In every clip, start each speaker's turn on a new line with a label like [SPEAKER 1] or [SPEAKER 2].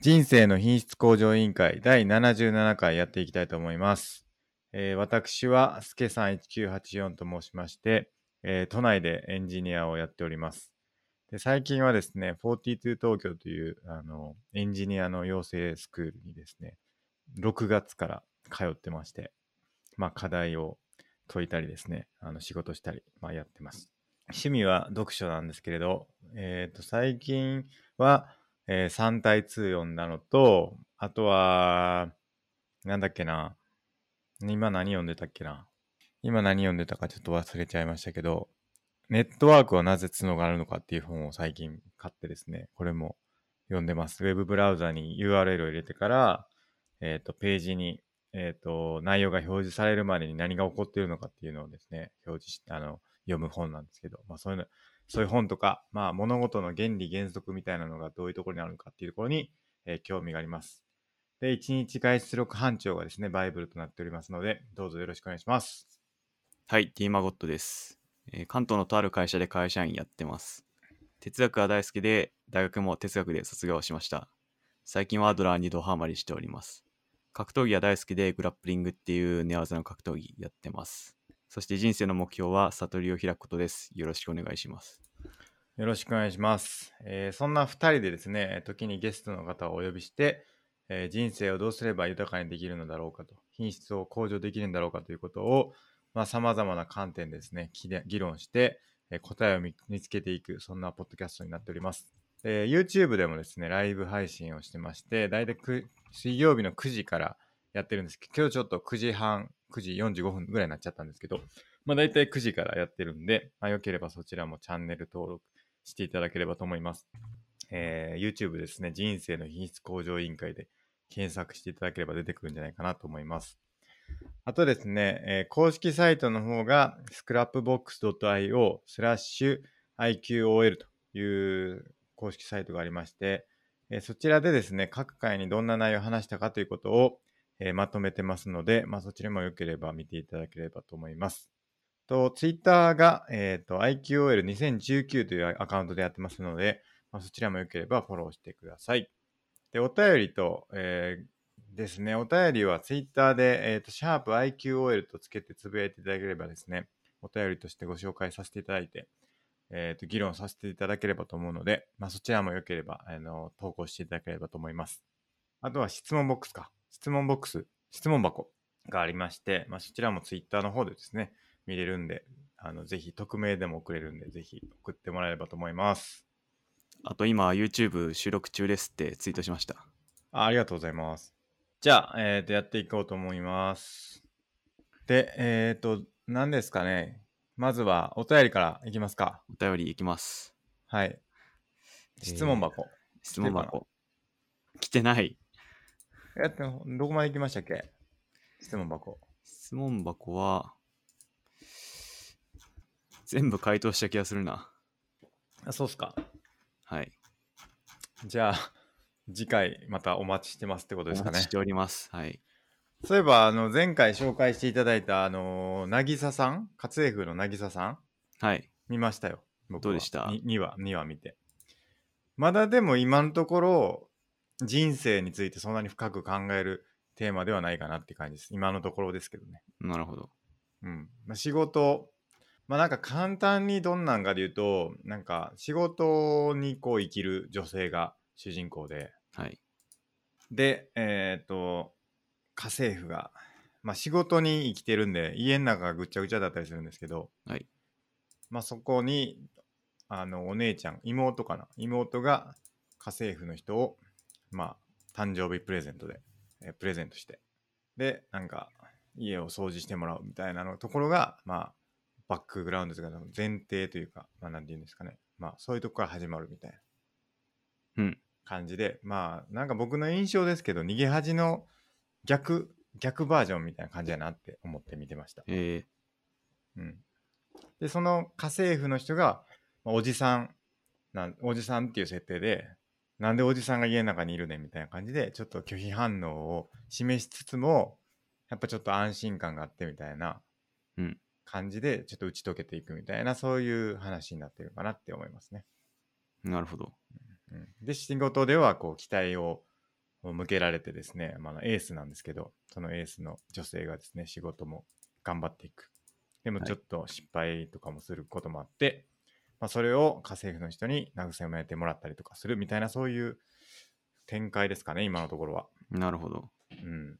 [SPEAKER 1] 人生の品質向上委員会第77回やっていきたいと思います。えー私は、すけさん1984と申しまして、えー都内でエンジニアをやっております。で最近はですね、42東京というあのエンジニアの養成スクールにですね、6月から通ってまして、まあ、課題を解いたりですね、あの仕事したり、まあ、やってます。趣味は読書なんですけれど、えーと最近は、えー3対2読んだのと、あとは、なんだっけな、今何読んでたっけな。今何読んでたかちょっと忘れちゃいましたけど、ネットワークはなぜ角があるのかっていう本を最近買ってですね、これも読んでます。ウェブブラウザに URL を入れてから、えっ、と、ページに、えっ、と、内容が表示されるまでに何が起こっているのかっていうのをですね、表示し、あの、読む本なんですけど、まあそういうの、そういう本とか、まあ物事の原理原則みたいなのがどういうところにあるのかっていうところに、えー興味があります。で、一日外出力班長がですね、バイブルとなっておりますので、どうぞよろしくお願いします。
[SPEAKER 2] はい、T マゴットです、えー関東のとある会社で会社員やってます。哲学は大好きで、大学も哲学で卒業しました。最近はアドラーにドハマりしております。格闘技は大好きで、グラップリングっていう寝技の格闘技やってます。そして人生の目標は悟りを開くことです。よろしくお願いします。
[SPEAKER 1] よろしくお願いします。えーそんな2人でですね、時にゲストの方をお呼びして、えー人生をどうすれば豊かにできるのだろうかと、品質を向上できるんだろうかということを、まあ、様々な観点でですね、きで議論して、えー答えを見見つけていく、そんなポッドキャストになっております。えー YouTube でもですね、ライブ配信をしてまして、だいたいく水曜日の9時からやってるんですけど、今日ちょっと9時半、9時45分ぐらいになっちゃったんですけど、まあ、だいたい9時からやってるんで、まあ、よければそちらもチャンネル登録、していただければと思います。えー YouTube ですね、人生の品質向上委員会で検索していただければ出てくるんじゃないかなと思います。あとですね、えー公式サイトの方が scrapbox.io スラッシュ IQOL という公式サイトがありまして、えーそちらでですね、各回にどんな内容を話したかということを、えーまとめてますので、まあ、そちらもよければ見ていただければと思います。と、ツイッターが、えーと、IQOL2019 というアカウントでやってますので、まあ、そちらもよければフォローしてください。で、お便りと、えーですね、お便りはツイッターで、えーと、シャープ IQOL とつけてつぶやいていただければですね、お便りとしてご紹介させていただいて、えーと、議論させていただければと思うので、まあ、そちらもよければ、あの、投稿していただければと思います。あとは質問ボックスか。質問ボックス、質問箱がありまして、まあ、そちらもツイッターの方でですね、見れるんで、あのぜひ匿名でも送れるんで、ぜひ送ってもらえればと思います。
[SPEAKER 2] あと今、YouTube 収録中ですってツイートしました。
[SPEAKER 1] あありがとうございます。じゃあ、えーと、やっていこうと思います。で、えっ、と、何ですかね。まずはお便りからいきますか。
[SPEAKER 2] お便りいきます。
[SPEAKER 1] はい。質問箱。
[SPEAKER 2] 質問
[SPEAKER 1] 来てる
[SPEAKER 2] 箱。来てない。
[SPEAKER 1] えっと、どこまで行きましたっけ質問箱。
[SPEAKER 2] 質問箱は全部回答した気がするな
[SPEAKER 1] あそうっすか。
[SPEAKER 2] はい
[SPEAKER 1] じゃあ、次回またお待ちしてますってことですか
[SPEAKER 2] お
[SPEAKER 1] ね
[SPEAKER 2] 待ちし。ておりますはい
[SPEAKER 1] そういえば、あの、前回紹介していただいた、あの、なぎささん、勝江風のなぎささん、
[SPEAKER 2] はい
[SPEAKER 1] 見ましたよ。僕は
[SPEAKER 2] どうでした
[SPEAKER 1] 2, 話、2話見て。まだでも今のところ、人生についてそんなに深く考えるテーマではないかなって感じです。今のところですけどね。
[SPEAKER 2] なるほど
[SPEAKER 1] うん。まあ、仕事、まあなんか簡単にどんなんかで言うと、なんか仕事にこう生きる女性が主人公で、
[SPEAKER 2] はい
[SPEAKER 1] で、えっ、と、家政婦が、まあ、仕事に生きてるんで、家の中がぐっちゃぐちゃだったりするんですけど、
[SPEAKER 2] はい
[SPEAKER 1] まあ、そこに、あの、お姉ちゃん、妹かな、妹が家政婦の人を、まあ、誕生日プレゼントで、えープレゼントして、で、なんか、家を掃除してもらうみたいなのところが、まあ、バックグラウンドというか、前提というか、まあ、なんて言うんですかね、まあ、そういうとこから始まるみたいな。
[SPEAKER 2] うん
[SPEAKER 1] 感じで、まあ、なんか僕の印象ですけど、逃げ恥の逆、逆バージョンみたいな感じやなって思って見てました。
[SPEAKER 2] え
[SPEAKER 1] うん。で、その家政婦の人が、まあおじさんなん、おじさんっていう設定で、なんでおじさんが家の中にいるねんみたいな感じで、ちょっと拒否反応を示しつつも、やっぱちょっと安心感があってみたいな
[SPEAKER 2] うん
[SPEAKER 1] 感じで、ちょっと打ち解けていくみたいな、そういう話になってるかなって思いますね。
[SPEAKER 2] ー、なるほど
[SPEAKER 1] うんで仕事ではこう期待をを向けられてですね、まあ、あのエースなんですけど、そのエースの女性がですね、仕事も頑張っていく。でも
[SPEAKER 2] はい
[SPEAKER 1] ちょっと失敗とかもすることもあって、まあ、それを家政婦の人に慰めてもらったりとかするみたいな、そういう展開ですかね、今のところは。
[SPEAKER 2] なるほど。
[SPEAKER 1] うん。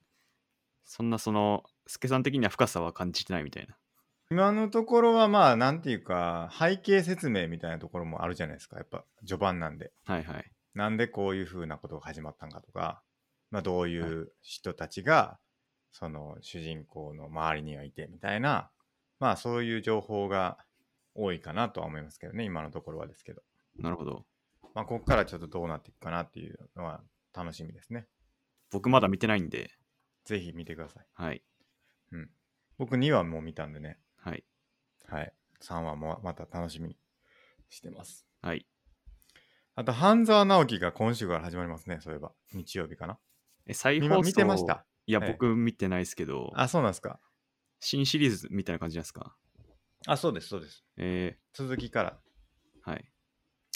[SPEAKER 2] そんなその、助さん的には深さは感じてないみたいな。
[SPEAKER 1] 今のところはまあ、なんていうか、背景説明みたいなところもあるじゃないですか、やっぱ序盤なんで。
[SPEAKER 2] はいはい。
[SPEAKER 1] なんでこういうふうなことが始まったんかとか、まあ、どういう人たちがその主人公の周りにはいてみたいな、まあ、そういう情報が多いかなとは思いますけどね今のところはですけど、
[SPEAKER 2] なるほど。
[SPEAKER 1] まあ、ここからちょっとどうなっていくかなっていうのは楽しみですね
[SPEAKER 2] 僕まだ見てないんで、
[SPEAKER 1] ぜひ見てください、
[SPEAKER 2] はい。
[SPEAKER 1] うん、僕2話もう見たんでね、
[SPEAKER 2] はい。
[SPEAKER 1] はい、3話もまた楽しみにしてます
[SPEAKER 2] はい。
[SPEAKER 1] あと半沢直樹が今週から始まりますねそういえば日曜日かな
[SPEAKER 2] え、再放
[SPEAKER 1] 今
[SPEAKER 2] 送
[SPEAKER 1] 見てました
[SPEAKER 2] いや、
[SPEAKER 1] ええ
[SPEAKER 2] 僕見てないですけど、
[SPEAKER 1] あそうなんですか
[SPEAKER 2] 新シリーズみたいな感じなんですか
[SPEAKER 1] あそうですそうです
[SPEAKER 2] え
[SPEAKER 1] 続きから
[SPEAKER 2] ー、はい。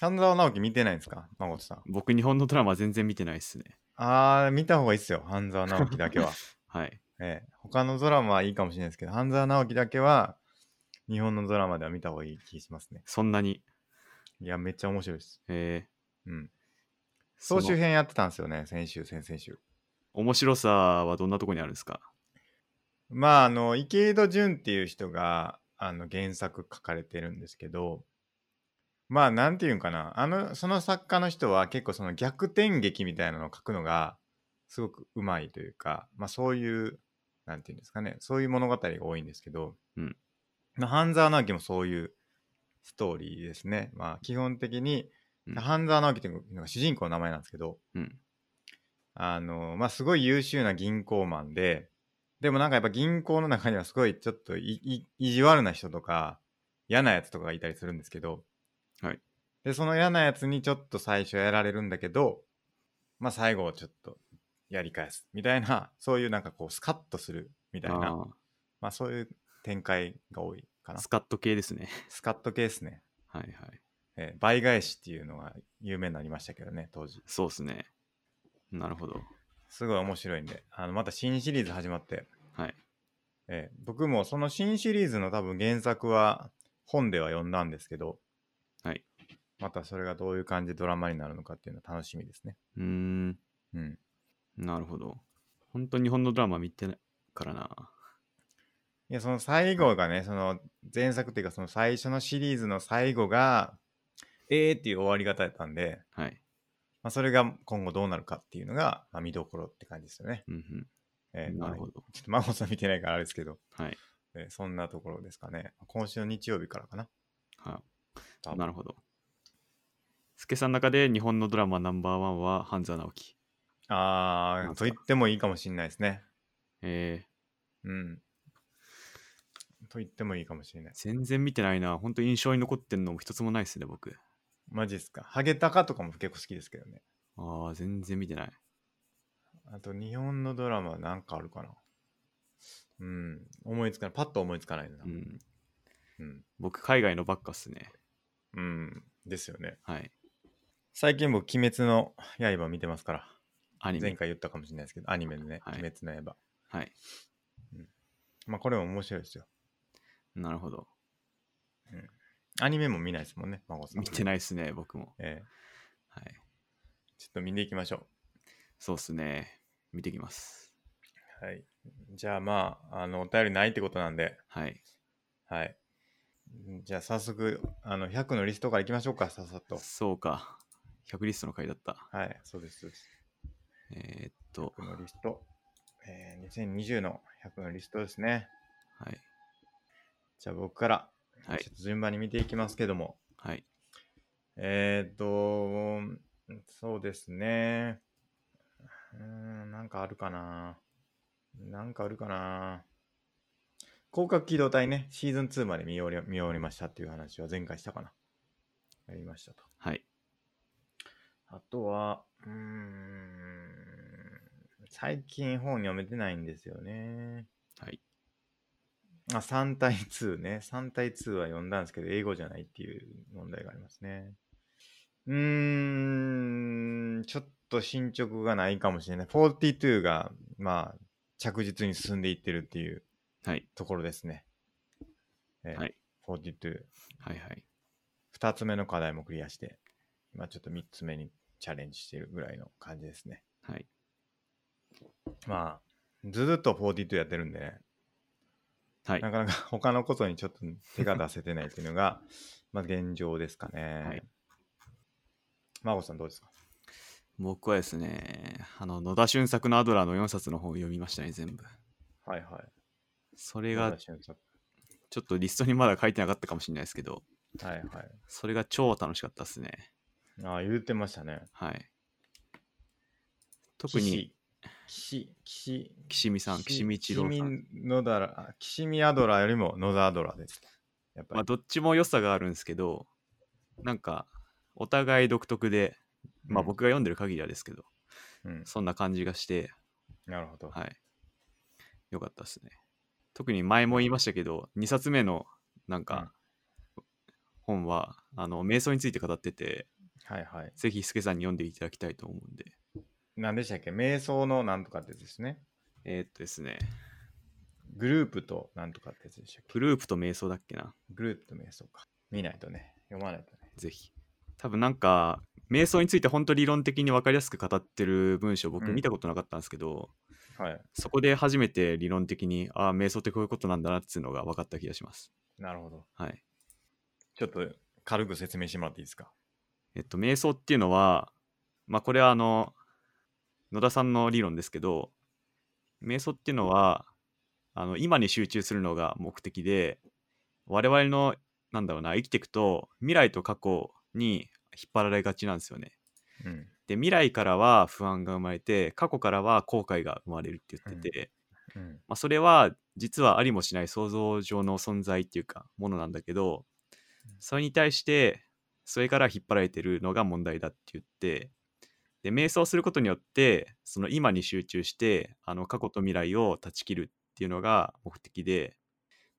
[SPEAKER 1] 半沢直樹見てないんですか誠さん。
[SPEAKER 2] 僕、日本のドラマ全然見てないですね。
[SPEAKER 1] あー、見た方がいいっすよ。半沢直樹だけ は。
[SPEAKER 2] はい。
[SPEAKER 1] ええ、他のドラマはいいかもしれないですけど、半沢直樹だけは、日本のドラマでは見た方がいい気しますね。
[SPEAKER 2] そんなに。
[SPEAKER 1] いや、めっちゃ面白いです。
[SPEAKER 2] えー、
[SPEAKER 1] うん。
[SPEAKER 2] そ
[SPEAKER 1] 総集
[SPEAKER 2] の
[SPEAKER 1] 編やってたんですよね、先週、先々週。
[SPEAKER 2] 面白さはどんなとこにあるんですか
[SPEAKER 1] まあ、あの、池井戸潤っていう人が、あの、原作書かれてるんですけど、まあ、なんていうんかな、あの、その作家の人は結構その逆転劇みたいなのを書くのが、すごくうまいというか、まあ、そういう、なんていうんですかね、そういう物語が多いんですけど、
[SPEAKER 2] うん
[SPEAKER 1] まあ。半沢直樹もそういうストーリーですね。まあ、基本的に、
[SPEAKER 2] うん
[SPEAKER 1] 半沢直樹っていうのが主人公の名前なんですけど、
[SPEAKER 2] うん。
[SPEAKER 1] あの、まあ、すごい優秀な銀行マンで、でもなんかやっぱ銀行の中にはすごいちょっといい意地悪な人とか嫌なやつとかがいたりするんですけど、
[SPEAKER 2] はい。
[SPEAKER 1] で、その嫌なやつにちょっと最初やられるんだけど、まあ、最後ちょっとやり返すみたいな、 そういうなんかこうスカッとするみたいな、
[SPEAKER 2] あ
[SPEAKER 1] まあそういう展開が多いか
[SPEAKER 2] ー
[SPEAKER 1] な。
[SPEAKER 2] スカット系ですね。
[SPEAKER 1] スカッと系ですね。
[SPEAKER 2] はいはい。
[SPEAKER 1] えー倍返しっていうのが有名になりましたけどね、当時。
[SPEAKER 2] そうですね。なるほど。
[SPEAKER 1] すごい面白いんで、あのまた新シリーズ始まって、
[SPEAKER 2] はい。
[SPEAKER 1] ええ僕もその新シリーズの多分原作は本では読んだんですけど、
[SPEAKER 2] はい。
[SPEAKER 1] またそれがどういう感じでドラマになるのかっていうのは楽しみですね。
[SPEAKER 2] うーん。
[SPEAKER 1] うん。
[SPEAKER 2] なるほど。本当に日本のドラマ見てないからな。
[SPEAKER 1] いや、その最後がね、その前作っていうかその最初のシリーズの最後が、えーっていう終わり方やったんで、
[SPEAKER 2] はい。
[SPEAKER 1] まあ、それが今後どうなるかっていうのが、まあ、見どころって感じですよね。
[SPEAKER 2] うんうん。
[SPEAKER 1] ええ
[SPEAKER 2] なる
[SPEAKER 1] ま
[SPEAKER 2] ほ
[SPEAKER 1] あ
[SPEAKER 2] ど。
[SPEAKER 1] ちょっとマホさん見てないからあれですけど、
[SPEAKER 2] はい。
[SPEAKER 1] ええそんなところですかね。今週の日曜日からかな。
[SPEAKER 2] は
[SPEAKER 1] 多分
[SPEAKER 2] なるほど。助さんの中で日本のドラマナンバーワンは半沢直樹。
[SPEAKER 1] あ
[SPEAKER 2] なん
[SPEAKER 1] ー、
[SPEAKER 2] す
[SPEAKER 1] と
[SPEAKER 2] か
[SPEAKER 1] 言ってもいいかもしれないですね。
[SPEAKER 2] えー、
[SPEAKER 1] うん。と言ってもいいかもしれない。
[SPEAKER 2] 全然見てないな。本当印象に残ってんのも一つもないですね、僕。
[SPEAKER 1] マジっすか。ハゲタカとかも結構好きですけどね。
[SPEAKER 2] ああ、全然見てない。
[SPEAKER 1] あと、日本のドラマなんかあるかな。うん。思いつかない。パッと思いつかないな。
[SPEAKER 2] う
[SPEAKER 1] うん。
[SPEAKER 2] ん。
[SPEAKER 1] うん。
[SPEAKER 2] 僕、海外のばっかっすね。
[SPEAKER 1] ですよね。
[SPEAKER 2] はい。
[SPEAKER 1] 最近僕、鬼滅の刃見てますから。
[SPEAKER 2] アニ
[SPEAKER 1] 前
[SPEAKER 2] メ。
[SPEAKER 1] 回言ったかもしれないですけど、アニメでね、
[SPEAKER 2] はい
[SPEAKER 1] 鬼滅の刃。
[SPEAKER 2] はい。
[SPEAKER 1] まあ、これも面白いですよ。
[SPEAKER 2] なるほど。
[SPEAKER 1] アニメも見ないですもんね、孫さん。
[SPEAKER 2] 見てないですね、僕も。
[SPEAKER 1] ええ
[SPEAKER 2] はい。
[SPEAKER 1] ちょっと見に行きましょ
[SPEAKER 2] そうっすね。見てきます。
[SPEAKER 1] う。はい。じゃあまあ、あの、お便りないってことなんで、
[SPEAKER 2] はい。
[SPEAKER 1] はい。じゃあ早速、あの、100のリストからいきましょうか、さっさと。
[SPEAKER 2] そうか。100リストの回だった。
[SPEAKER 1] はい、そうです。そうです
[SPEAKER 2] えーっと、
[SPEAKER 1] 100のリスト。えー、2020の100のリストですね。
[SPEAKER 2] はい。
[SPEAKER 1] じゃあ僕から、
[SPEAKER 2] は
[SPEAKER 1] ち
[SPEAKER 2] い
[SPEAKER 1] ょ。っと順番に見ていきますけども。
[SPEAKER 2] はい。
[SPEAKER 1] えーっと、そうですね。うーん、なんかあるかな。なんかあるかな。広角機動隊ね、シーズン2まで見終わり見終わりましたっていう話は前回したかな。やりましたと。
[SPEAKER 2] はい。
[SPEAKER 1] あとは、うーん、最近本読めてないんですよね。
[SPEAKER 2] はい。
[SPEAKER 1] あ、3対2ね。3対2は読んだんですけど、英語じゃないっていう問題がありますね。うーん、ちょっと進捗がないかもしれない。42が、まあ、着実に進んでいってるっていう
[SPEAKER 2] はい。
[SPEAKER 1] ところですね。えー
[SPEAKER 2] はい。
[SPEAKER 1] 42。
[SPEAKER 2] はいはい。
[SPEAKER 1] 2つ目の課題もクリアして、今ちょっと3つ目にチャレンジしてるぐらいの感じですね。
[SPEAKER 2] はい。
[SPEAKER 1] まあ、ずっと42やってるんでね、
[SPEAKER 2] はい。
[SPEAKER 1] なかなか 他のことにちょっと手が出せてないっていうの が、まあ現状ですか
[SPEAKER 2] はい
[SPEAKER 1] ね。まこさんどうですか
[SPEAKER 2] 僕はですね、あの、野田俊作のアドラーの4冊の本を読みましたね、全部。
[SPEAKER 1] はいはい。
[SPEAKER 2] それ
[SPEAKER 1] 野
[SPEAKER 2] が
[SPEAKER 1] 田、俊作
[SPEAKER 2] ちょっとリストにまだ書いてなかったかもしれないですけど、
[SPEAKER 1] はいはい。
[SPEAKER 2] それが超楽しかったですね。
[SPEAKER 1] ああ、言ってましたね。
[SPEAKER 2] はい。特に、
[SPEAKER 1] 岸、岸、
[SPEAKER 2] 岸見さん、岸見一郎さん。
[SPEAKER 1] 岸見野田ら、あ岸見アドラーよりも野田アドラーです。やっぱ
[SPEAKER 2] まあ、
[SPEAKER 1] り。
[SPEAKER 2] どっちも良さがあるんですけど、なんか、お互い独特で、まあ、僕が読んでる限りはですけど、
[SPEAKER 1] うん、うん
[SPEAKER 2] そんな感じがして、
[SPEAKER 1] なるほど。
[SPEAKER 2] はい。よかったですね。特に前も言いましたけど、2冊目のなんか、本は、あの、瞑想について語ってて、
[SPEAKER 1] はいはい。
[SPEAKER 2] ぜひ、すけさんに読んでいただきたいと思うんで。
[SPEAKER 1] 何でしたっけ瞑想のなんとかってやつですね。
[SPEAKER 2] えーっとですね、
[SPEAKER 1] グループとなんとかってやつでしたっけ
[SPEAKER 2] グループと瞑想だっけな。
[SPEAKER 1] グループと瞑想か。見ないとね。読まないとね。
[SPEAKER 2] ぜひ。多分なんか、瞑想について本当理論的に分かりやすく語ってる文章僕
[SPEAKER 1] うん
[SPEAKER 2] 見たことなかったんですけど、
[SPEAKER 1] はい。
[SPEAKER 2] そこで初めて理論的に、ああ、瞑想ってこういうことなんだなっていうのが分かった気がします。
[SPEAKER 1] なるほど。
[SPEAKER 2] はい。
[SPEAKER 1] ちょっと軽く説明してもらっていいですか
[SPEAKER 2] えっと、瞑想っていうのは、まあこれはあの、野田さんの理論ですけど、瞑想っていうのは、あの、今に集中するのが目的で、我々の、なんだろうな、生きていくと、未来と過去に引っ張られがちなんですよね。
[SPEAKER 1] うん。
[SPEAKER 2] で未来からは不安が生まれて過去からは後悔が生まれるって言ってて、
[SPEAKER 1] うん。
[SPEAKER 2] まあ、それは実はありもしない想像上の存在っていうかものなんだけどそれに対してそれから引っ張られてるのが問題だって言ってで瞑想することによってその今に集中してあの過去と未来を断ち切るっていうのが目的で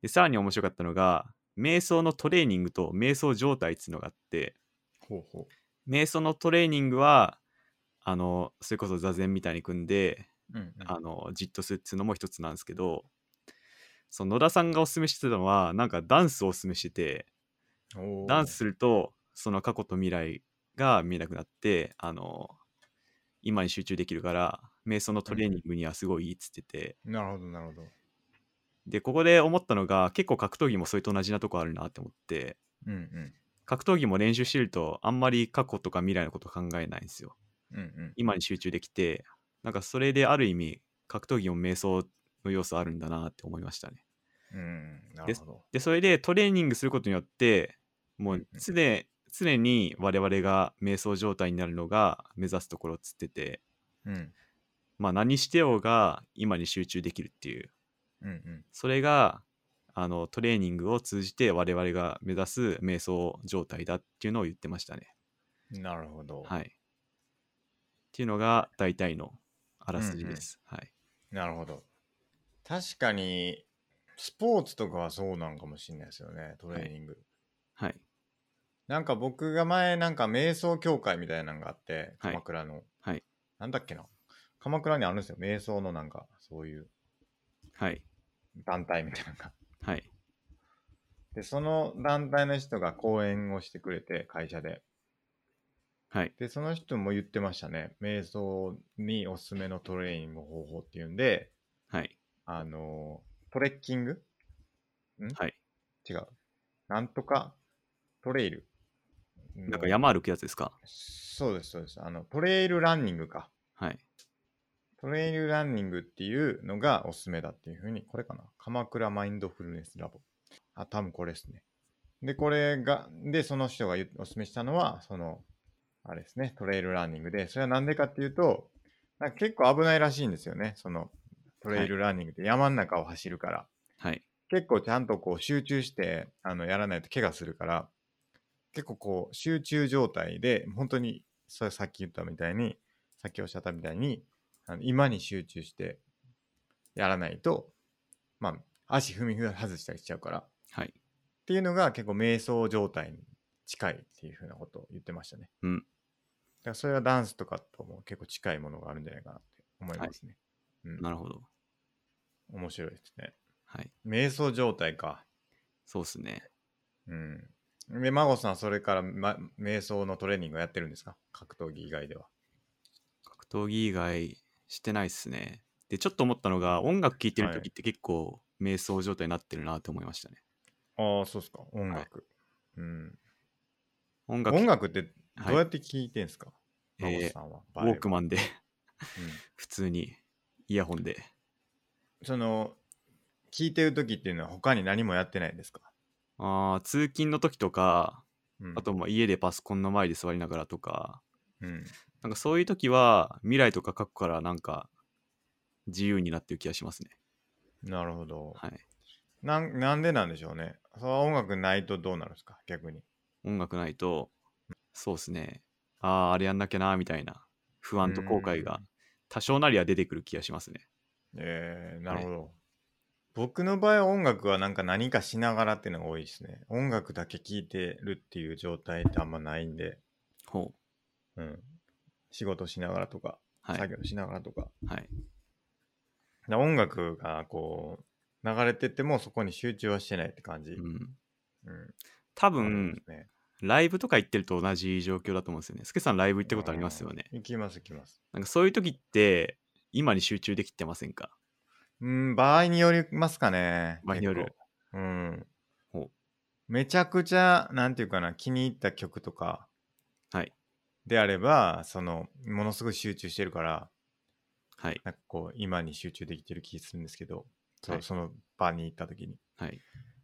[SPEAKER 2] でさらに面白かったのが瞑想のトレーニングと瞑想状態っていうのがあって、
[SPEAKER 1] ほうほ
[SPEAKER 2] 瞑想のトレーニングはあのそれこそ座禅みたいに組んで、
[SPEAKER 1] う。うん、
[SPEAKER 2] あのじっとするっていうのも一つなんですけどその野田さんがおすすめしてたのはなんかダンスをおすすめしてて
[SPEAKER 1] うん。
[SPEAKER 2] ダンスするとその過去と未来が見えなくなってあの今に集中できるから瞑想のトレーニングにはすごいいいっつってて、
[SPEAKER 1] おー。なるほど、なるほど。
[SPEAKER 2] でここで思ったのが結構格闘技もそれと同じなとこあるなって思って
[SPEAKER 1] うんうん。
[SPEAKER 2] 格闘技も練習してるとあんまり過去とか未来のこと考えないんですよ
[SPEAKER 1] うんうん。
[SPEAKER 2] 今に集中できてなんかそれである意味格闘技も瞑想の要素あるんだなって思いましたね
[SPEAKER 1] うんうん。なるほど。
[SPEAKER 2] でそれでトレーニングすることによってもう常,、常に我々が瞑想状態になるのが目指すところっつってて
[SPEAKER 1] うん。
[SPEAKER 2] まあ何してようが今に集中できるっていう
[SPEAKER 1] うんうん。
[SPEAKER 2] それがあのトレーニングを通じて我々が目指す瞑想状態だっていうのを言ってましたね
[SPEAKER 1] なるほど。
[SPEAKER 2] はいっていうのが大体のあらすじです、はい
[SPEAKER 1] なるほど。確かに、スポーツとかはそうなんかもしれないですよね、トレーニング。
[SPEAKER 2] はい
[SPEAKER 1] なんか僕が前、なんか瞑想協会みたいなのがあって、
[SPEAKER 2] はい
[SPEAKER 1] 鎌倉の。
[SPEAKER 2] はい
[SPEAKER 1] なんだっけな。鎌倉にあるんですよ、瞑想のなんか、そういう
[SPEAKER 2] はい
[SPEAKER 1] 団体みたいなのが。
[SPEAKER 2] はい。
[SPEAKER 1] で、その団体の人が講演をしてくれて、会社で。
[SPEAKER 2] はい。
[SPEAKER 1] で、その人も言ってましたね。瞑想におすすめのトレーニング方法っていうんで、
[SPEAKER 2] はい。
[SPEAKER 1] あのートレッキングん
[SPEAKER 2] はい。
[SPEAKER 1] 違う。なんとかトレイル。
[SPEAKER 2] なんか
[SPEAKER 1] の
[SPEAKER 2] 山歩くやつですか
[SPEAKER 1] そうです、そうです。あの、トレイルランニングか。
[SPEAKER 2] はい。
[SPEAKER 1] トレイルランニングっていうのがおすすめだっていうふうに、これかな。鎌倉マインドフルネスラボ。あ、多分これですね。で、これが、で、その人が言うおすすめしたのは、その、あれですね、トレイルランニングで、それはなんでかっていうと、なんか結構危ないらしいんですよね。その、トレイルランニングって山の中を走るから。
[SPEAKER 2] はい。
[SPEAKER 1] 結構ちゃんとこう集中してあのやらないと怪我するから結構こう集中状態で本当にそれさっき言ったみたいにさっきおっしゃったみたいにあの今に集中してやらないとまあ足踏み外したりしちゃうからっ
[SPEAKER 2] はい。
[SPEAKER 1] ていうのが結構瞑想状態に近いっていうふうなことを言ってましたね。
[SPEAKER 2] うん
[SPEAKER 1] からそれがダンスとかとも結構近いものがあるんじゃないかなって思いますね。うん、
[SPEAKER 2] なるほど。
[SPEAKER 1] 面白いですね。
[SPEAKER 2] はい。
[SPEAKER 1] 瞑想状態か。
[SPEAKER 2] そうですね。
[SPEAKER 1] うん。で、孫さんはそれから、ま、瞑想のトレーニングをやってるんですか格闘技以外では。
[SPEAKER 2] 格闘技以外してないっすね。で、ちょっと思ったのが、音楽聴いてる
[SPEAKER 1] はい
[SPEAKER 2] 時って結構瞑想状態になってるなって思いましたね。
[SPEAKER 1] ああ、そうですか。音楽。うん。
[SPEAKER 2] 音楽、
[SPEAKER 1] 音楽ってど
[SPEAKER 2] はいう
[SPEAKER 1] やって聞いてんですか、
[SPEAKER 2] えー
[SPEAKER 1] 孫さんは。
[SPEAKER 2] ウ
[SPEAKER 1] バレ
[SPEAKER 2] ォ
[SPEAKER 1] エ
[SPEAKER 2] ークマンで
[SPEAKER 1] うん
[SPEAKER 2] 普通にイヤホンで。
[SPEAKER 1] その、聞いてる時っていうのは他に何もやってないんですか、
[SPEAKER 2] あー通勤の時とか、
[SPEAKER 1] うん、
[SPEAKER 2] あとまあ家でパソコンの前で座りながらとか、
[SPEAKER 1] うん。
[SPEAKER 2] なんかそういう時は未来とか過去からなんか自由になってる気がしますね。
[SPEAKER 1] なるほど。
[SPEAKER 2] はい。
[SPEAKER 1] なんなんでなんでしょうね。その音楽ないとどうなるんですか逆に。
[SPEAKER 2] 音楽ないと、そうですね。ああ、あれやんなきゃな、みたいな不安と後悔
[SPEAKER 1] う
[SPEAKER 2] が多少なりは出てくる気がしますね。
[SPEAKER 1] えー、なるほど。僕の場合は音楽はなんか何かしながらっていうのが多いですね。音楽だけ聴いてるっていう状態ってあんまないんで、
[SPEAKER 2] ほう。
[SPEAKER 1] うん。仕事しながらとか、
[SPEAKER 2] はい。
[SPEAKER 1] 作業しながらとか。
[SPEAKER 2] はい。
[SPEAKER 1] だ音楽がこう、流れてってもそこに集中はしてないって感じ。
[SPEAKER 2] うん。
[SPEAKER 1] うん。
[SPEAKER 2] 多
[SPEAKER 1] 多
[SPEAKER 2] 分、ライブとか行ってると同じ状況だと思うんですよね。スケさんライブ行ったことありますよね。
[SPEAKER 1] 行きます行きます。
[SPEAKER 2] なんかそういう時って、今に集中できてませんか
[SPEAKER 1] うん、場合によりますかね。
[SPEAKER 2] 場合による
[SPEAKER 1] 結構。うん。
[SPEAKER 2] ほ
[SPEAKER 1] めちゃくちゃ、なんていうかな、気に入った曲とか
[SPEAKER 2] はい。
[SPEAKER 1] であれば、その、ものすごい集中してるから、
[SPEAKER 2] はい。
[SPEAKER 1] なんかこう、今に集中できてる気するんですけど、そ,、
[SPEAKER 2] はい
[SPEAKER 1] その場に行った時に。
[SPEAKER 2] はい。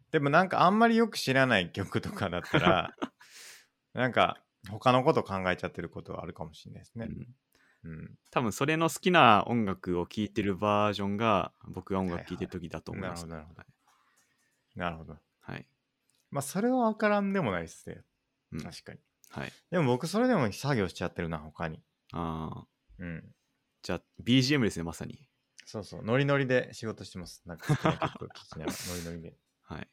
[SPEAKER 1] でもなんかあんまりよく知らない曲とかだった ら、なんか他のこと考えちゃってることはあるかもしれないです
[SPEAKER 2] う
[SPEAKER 1] ね。
[SPEAKER 2] ん、
[SPEAKER 1] うん。
[SPEAKER 2] 多分それの好きな音楽を聴いてるバージョンが僕が音楽聴いてる時だと思います。
[SPEAKER 1] はいはいなるほどななるほど。
[SPEAKER 2] はい。
[SPEAKER 1] まあ、それはわからんでもないですね。
[SPEAKER 2] うん
[SPEAKER 1] 確かに。
[SPEAKER 2] はい。
[SPEAKER 1] でも僕、それでも作業しちゃってるな、他に。
[SPEAKER 2] ああ。
[SPEAKER 1] うん。
[SPEAKER 2] じゃあ BGM ですね、まさに。
[SPEAKER 1] そうそう、ノリノリで仕事してます。なんか好きな曲聴きながら、 ノリノリで。だ
[SPEAKER 2] はい。
[SPEAKER 1] か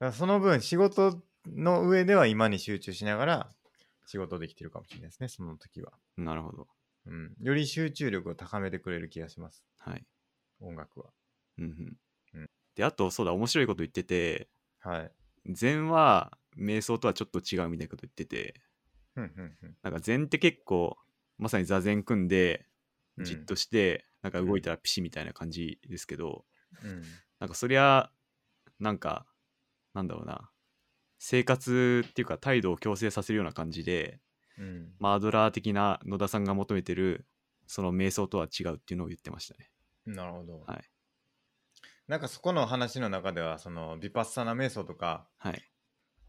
[SPEAKER 1] らその分、仕事の上では今に集中しながら仕事できてるかもしれないですね、その時は。
[SPEAKER 2] なるほど。
[SPEAKER 1] うん。より集中力を高めてくれる気がします、
[SPEAKER 2] はい。
[SPEAKER 1] 音楽は。
[SPEAKER 2] うんうん。
[SPEAKER 1] うん
[SPEAKER 2] で、あと、そうだ、面白いこと言ってて、
[SPEAKER 1] はい。
[SPEAKER 2] 禅は瞑想とはちょっと違うみたいなこと言ってて、
[SPEAKER 1] ふんふんふん
[SPEAKER 2] なんか禅って結構、まさに座禅組んで、
[SPEAKER 1] うん
[SPEAKER 2] じっとして、なんか動いたらピシみたいな感じですけど、
[SPEAKER 1] うん。
[SPEAKER 2] なんかそりゃ、なんか、なんだろうな、生活っていうか態度を強制させるような感じで、
[SPEAKER 1] うん。
[SPEAKER 2] マードラー的な野田さんが求めてる、その瞑想とは違うっていうのを言ってましたね。
[SPEAKER 1] なるほど。
[SPEAKER 2] はい。
[SPEAKER 1] なんかそこの話の中では、その、ビパッサナ瞑想とか、
[SPEAKER 2] はい。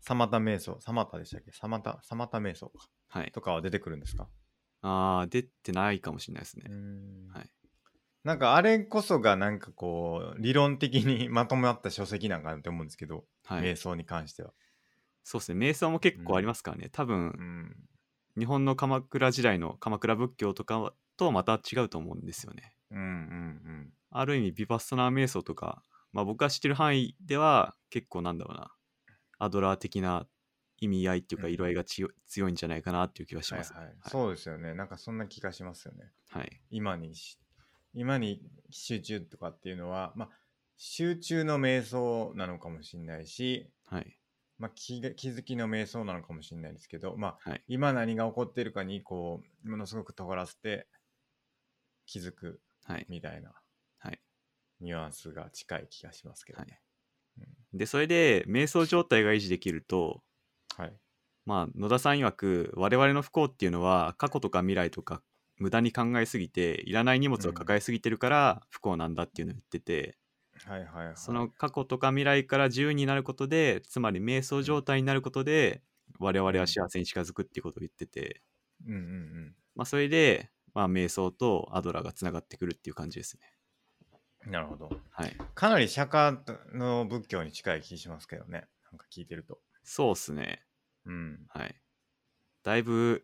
[SPEAKER 1] サマタ瞑想、サマタでしたっけサマタ、サマタ瞑想か。
[SPEAKER 2] はい。
[SPEAKER 1] とかは出てくるんですか
[SPEAKER 2] ああ、出てないかもしれないです
[SPEAKER 1] う
[SPEAKER 2] ね。
[SPEAKER 1] ん
[SPEAKER 2] はい
[SPEAKER 1] なんかあれこそがなんかこう理論的に まとまった書籍なんかなって思うんですけど、
[SPEAKER 2] はい。
[SPEAKER 1] 瞑想に関しては。
[SPEAKER 2] そうですね。瞑想も結構ありますからね。多
[SPEAKER 1] う
[SPEAKER 2] 分、
[SPEAKER 1] ん、
[SPEAKER 2] 日本の鎌倉時代の鎌倉仏教とかはとまた違うと思うんですよね。
[SPEAKER 1] うん、うん、
[SPEAKER 2] ある意味、ビパッサナー瞑想とか、まあ僕が知ってる範囲では結構なんだろうな、アドラー的な意味合いっていうか
[SPEAKER 1] うん
[SPEAKER 2] 色合いがちよ強いんじゃないかなっていう気がし
[SPEAKER 1] はい
[SPEAKER 2] ま
[SPEAKER 1] はい
[SPEAKER 2] す。。
[SPEAKER 1] そうですよね。なんかそんな気がしますよね。
[SPEAKER 2] はい。
[SPEAKER 1] 今にし、今に集中とかっていうのは、まあ、集中の瞑想なのかもしれないし、
[SPEAKER 2] はい。
[SPEAKER 1] まあ、気が気づきの瞑想なのかもしれないですけど、まあ
[SPEAKER 2] はい
[SPEAKER 1] 今何が起こっているかにこうものすごく尖らせて気づく
[SPEAKER 2] はい。
[SPEAKER 1] みたいな、
[SPEAKER 2] はい
[SPEAKER 1] ニュアンスが近い気がしますけどね。
[SPEAKER 2] で、それで、瞑想状態が維持できると、
[SPEAKER 1] はい。
[SPEAKER 2] まあ、野田さん曰く我々の不幸っていうのは過去とか未来とか無駄に考えすぎていらない荷物を抱えすぎてるから不幸なんだっていうのを言ってて、
[SPEAKER 1] はいはいはい。
[SPEAKER 2] その過去とか未来から自由になることでつまり瞑想状態になることで我々は幸せに近づくっていうことを言ってて、
[SPEAKER 1] うんうんうん。
[SPEAKER 2] まあ、それで、まあ、瞑想とアドラーがつながってくるっていう感じですね。
[SPEAKER 1] なるほど。
[SPEAKER 2] はい、
[SPEAKER 1] かなり釈迦の仏教に近い気しますけどね。なんか聞いてると。
[SPEAKER 2] そうっすね、
[SPEAKER 1] うん。
[SPEAKER 2] はい、だいぶ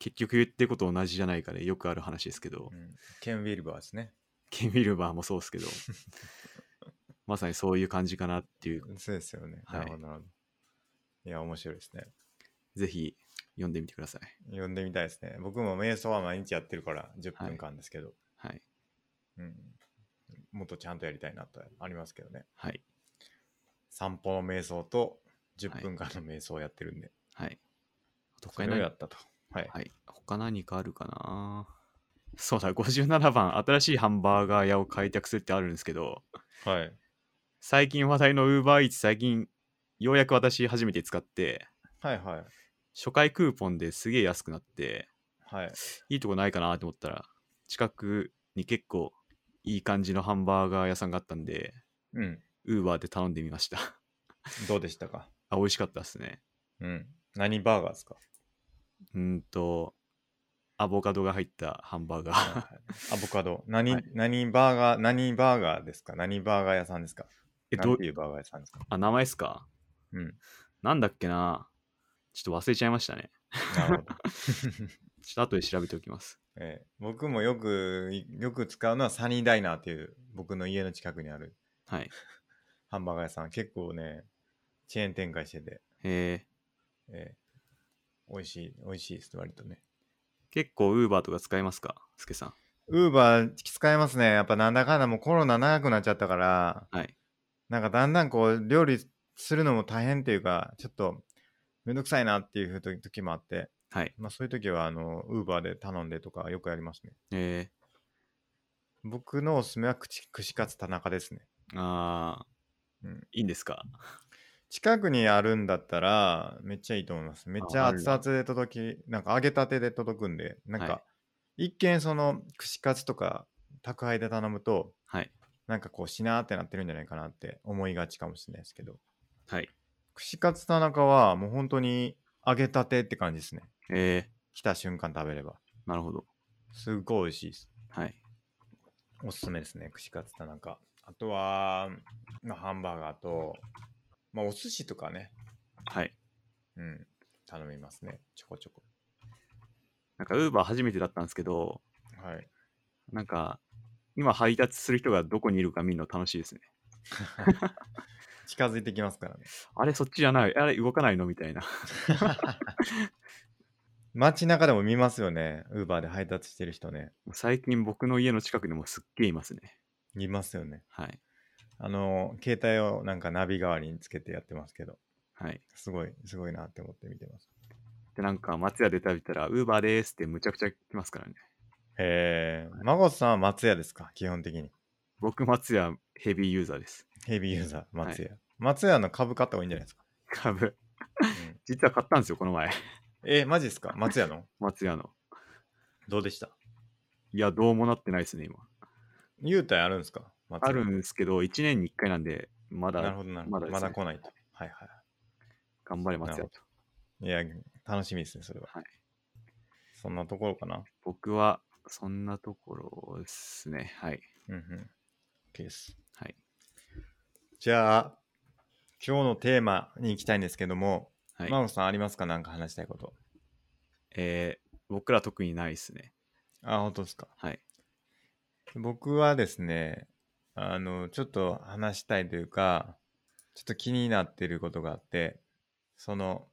[SPEAKER 2] 結局言ってること同じじゃないかでよくある話ですけど、
[SPEAKER 1] うん、ケン・ウィルバーですね。
[SPEAKER 2] ケン・ウィルバーもそうですけど まさにそういう感じかなっていう
[SPEAKER 1] そうですよね。
[SPEAKER 2] はい
[SPEAKER 1] なるほどなるほど。いや、面白いですね。
[SPEAKER 2] ぜひ読んでみてください。
[SPEAKER 1] 読んでみたいですね。僕も瞑想は毎日やってるから10分間ですけど、
[SPEAKER 2] はい。
[SPEAKER 1] うん、もっとちゃんとやりたいなとありますけどね。
[SPEAKER 2] はい。
[SPEAKER 1] 散歩の瞑想と10分間の瞑想をやってるんで、
[SPEAKER 2] はい。
[SPEAKER 1] そ
[SPEAKER 2] 他
[SPEAKER 1] れ
[SPEAKER 2] に
[SPEAKER 1] を
[SPEAKER 2] 何
[SPEAKER 1] やったと。はい。
[SPEAKER 2] はい。他何かあるかなそうだ、57番、新しいハンバーガー屋を開拓するってあるんですけど、
[SPEAKER 1] はい。
[SPEAKER 2] 最近話題の UberEats、最近、ようやく私初めて使って、
[SPEAKER 1] はいはい。
[SPEAKER 2] 初回クーポンですげえ安くなって、
[SPEAKER 1] はい。
[SPEAKER 2] いいとこないかなと思ったら、近くに結構いい感じのハンバーガー屋さんがあったんで、
[SPEAKER 1] うん。
[SPEAKER 2] Uber で頼んでみました。
[SPEAKER 1] どうでしたか
[SPEAKER 2] あ、美味しかったですね。
[SPEAKER 1] うん。何バーガーですか
[SPEAKER 2] うーんと、アボカドが入ったハンバーガー。
[SPEAKER 1] アボカド。何、
[SPEAKER 2] はい
[SPEAKER 1] 何バーガー、何バーガーですか何バーガー屋さんですか
[SPEAKER 2] え、
[SPEAKER 1] 何
[SPEAKER 2] ど
[SPEAKER 1] て、いうバーガー屋さんですか
[SPEAKER 2] あ、名前っすか
[SPEAKER 1] うん。
[SPEAKER 2] なんだっけなちょっと忘れちゃいましたね。
[SPEAKER 1] なるほど。
[SPEAKER 2] ちょっと後で調べておきます。
[SPEAKER 1] ええ僕もよく、よく使うのはサニーダイナーっていう僕の家の近くにある
[SPEAKER 2] はい。
[SPEAKER 1] ハンバーガー屋さん。結構ね、チェーン展開してて、
[SPEAKER 2] えー
[SPEAKER 1] ええ美味しい、美味しいです、割とね。
[SPEAKER 2] 結構 Uber とか使いますかすけさん。
[SPEAKER 1] ウーバー使えますね。やっぱなんだかんだもうコロナ長くなっちゃったから、
[SPEAKER 2] はい。
[SPEAKER 1] なんかだんだんこう料理するのも大変っていうか、ちょっとめんどくさいなっていう時時もあって、
[SPEAKER 2] はい。
[SPEAKER 1] まあそういう時はあの、ウーバーで頼んでとかよくやりますね。
[SPEAKER 2] え
[SPEAKER 1] 僕のおすすめは串串カツ田中ですね。
[SPEAKER 2] ー、あー、
[SPEAKER 1] うん
[SPEAKER 2] いいんですか
[SPEAKER 1] 近くにあるんだったらめっちゃいいと思います。めっちゃ
[SPEAKER 2] ああるん
[SPEAKER 1] 熱
[SPEAKER 2] だ
[SPEAKER 1] 々で届き、なんか揚げたてで届くんで、なん
[SPEAKER 2] は
[SPEAKER 1] か一見その串カツとか宅配で頼むと、
[SPEAKER 2] はい。
[SPEAKER 1] なんかこうしなーってなってるんじゃないかなって思いがちかもしれないですけど、
[SPEAKER 2] はい。
[SPEAKER 1] 串カツ田中はもう本当に揚げたてって感じですね。
[SPEAKER 2] え
[SPEAKER 1] 来た瞬間食べれば。
[SPEAKER 2] ー、なるほど。
[SPEAKER 1] すっごい美味しいです。
[SPEAKER 2] はい。
[SPEAKER 1] おすすめですね、串カツ田中。あとは、まあ、ハンバーガーと、まあ、お寿司とかね、
[SPEAKER 2] はい。
[SPEAKER 1] うん、頼みますね、ちょこちょこ。
[SPEAKER 2] なんか Uber 初めてだったんですけど、
[SPEAKER 1] はい。
[SPEAKER 2] なんか、今配達する人がどこにいるか見るの楽しいですね。
[SPEAKER 1] 近づいてきますからね。
[SPEAKER 2] あれ、そっちじゃない。あれ、動かないのみたいな。
[SPEAKER 1] 街中でも見ますよね、ウーバーで配達してる人ね。
[SPEAKER 2] 最近僕の家の近くでもすっげえいますね。
[SPEAKER 1] いますよね。
[SPEAKER 2] はい。
[SPEAKER 1] あの、携帯をなんかナビ代わりにつけてやってますけど、
[SPEAKER 2] はい。
[SPEAKER 1] すごい、すごいなって思って見てます。
[SPEAKER 2] で、なんか、松屋で食べたら、Uber でーすってむちゃくちゃ来ますからね。
[SPEAKER 1] えー、孫さんは松屋ですか、基本的に。
[SPEAKER 2] 僕、松屋ヘビーユーザーです。
[SPEAKER 1] ヘビーユーザー、松屋。松屋の株買った方がいいんじゃないですか。
[SPEAKER 2] 株。
[SPEAKER 1] うん
[SPEAKER 2] 実は買ったんですよ、この前。
[SPEAKER 1] えーマジですか松屋の
[SPEAKER 2] 松屋の。
[SPEAKER 1] どうでした
[SPEAKER 2] いや、どうもなってないですね、今。
[SPEAKER 1] 優待あるんですか松屋
[SPEAKER 2] あるんですけど、1年に1回なんで、ま
[SPEAKER 1] なる
[SPEAKER 2] だ
[SPEAKER 1] ほどなる
[SPEAKER 2] ま
[SPEAKER 1] ほ
[SPEAKER 2] だ
[SPEAKER 1] ど。
[SPEAKER 2] です
[SPEAKER 1] ま
[SPEAKER 2] ね
[SPEAKER 1] だ来ないと。はいは
[SPEAKER 2] 頑張れ松
[SPEAKER 1] なる
[SPEAKER 2] 屋
[SPEAKER 1] ほ
[SPEAKER 2] と。
[SPEAKER 1] い。いや、楽しみですね、それは。
[SPEAKER 2] はい
[SPEAKER 1] そんなところかな。
[SPEAKER 2] 僕は、そんなところですね。はい。
[SPEAKER 1] うんうん。OK です。
[SPEAKER 2] はい。
[SPEAKER 1] じゃあ、今日のテーマに行きたいんですけども、
[SPEAKER 2] はい。
[SPEAKER 1] マオさんありますかなんか話したいこと。
[SPEAKER 2] えー、僕ら特にないですね。
[SPEAKER 1] あ、本当ですか。
[SPEAKER 2] はい。
[SPEAKER 1] 僕はですね、あの、ちょっと話したいというか、ちょっと気になってることがあって、その、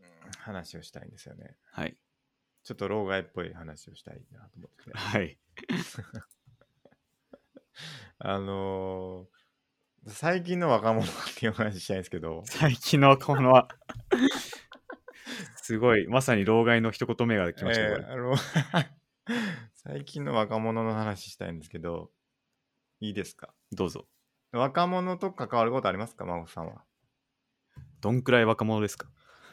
[SPEAKER 1] うん話をしたいんですよね。
[SPEAKER 2] はい。
[SPEAKER 1] ちょっと老害っぽい話をしたいなと思ってて。
[SPEAKER 2] はい。
[SPEAKER 1] あのー最近の若者っていう話したいんですけど、
[SPEAKER 2] 最近の若者はすごいまさに老害の一言目が来ました、
[SPEAKER 1] え
[SPEAKER 2] ね
[SPEAKER 1] ーあの 最近の若者の話したいんですけど、いいですか
[SPEAKER 2] どうぞ
[SPEAKER 1] 若者と関わることありますか孫さんは。
[SPEAKER 2] どんくらい若者ですか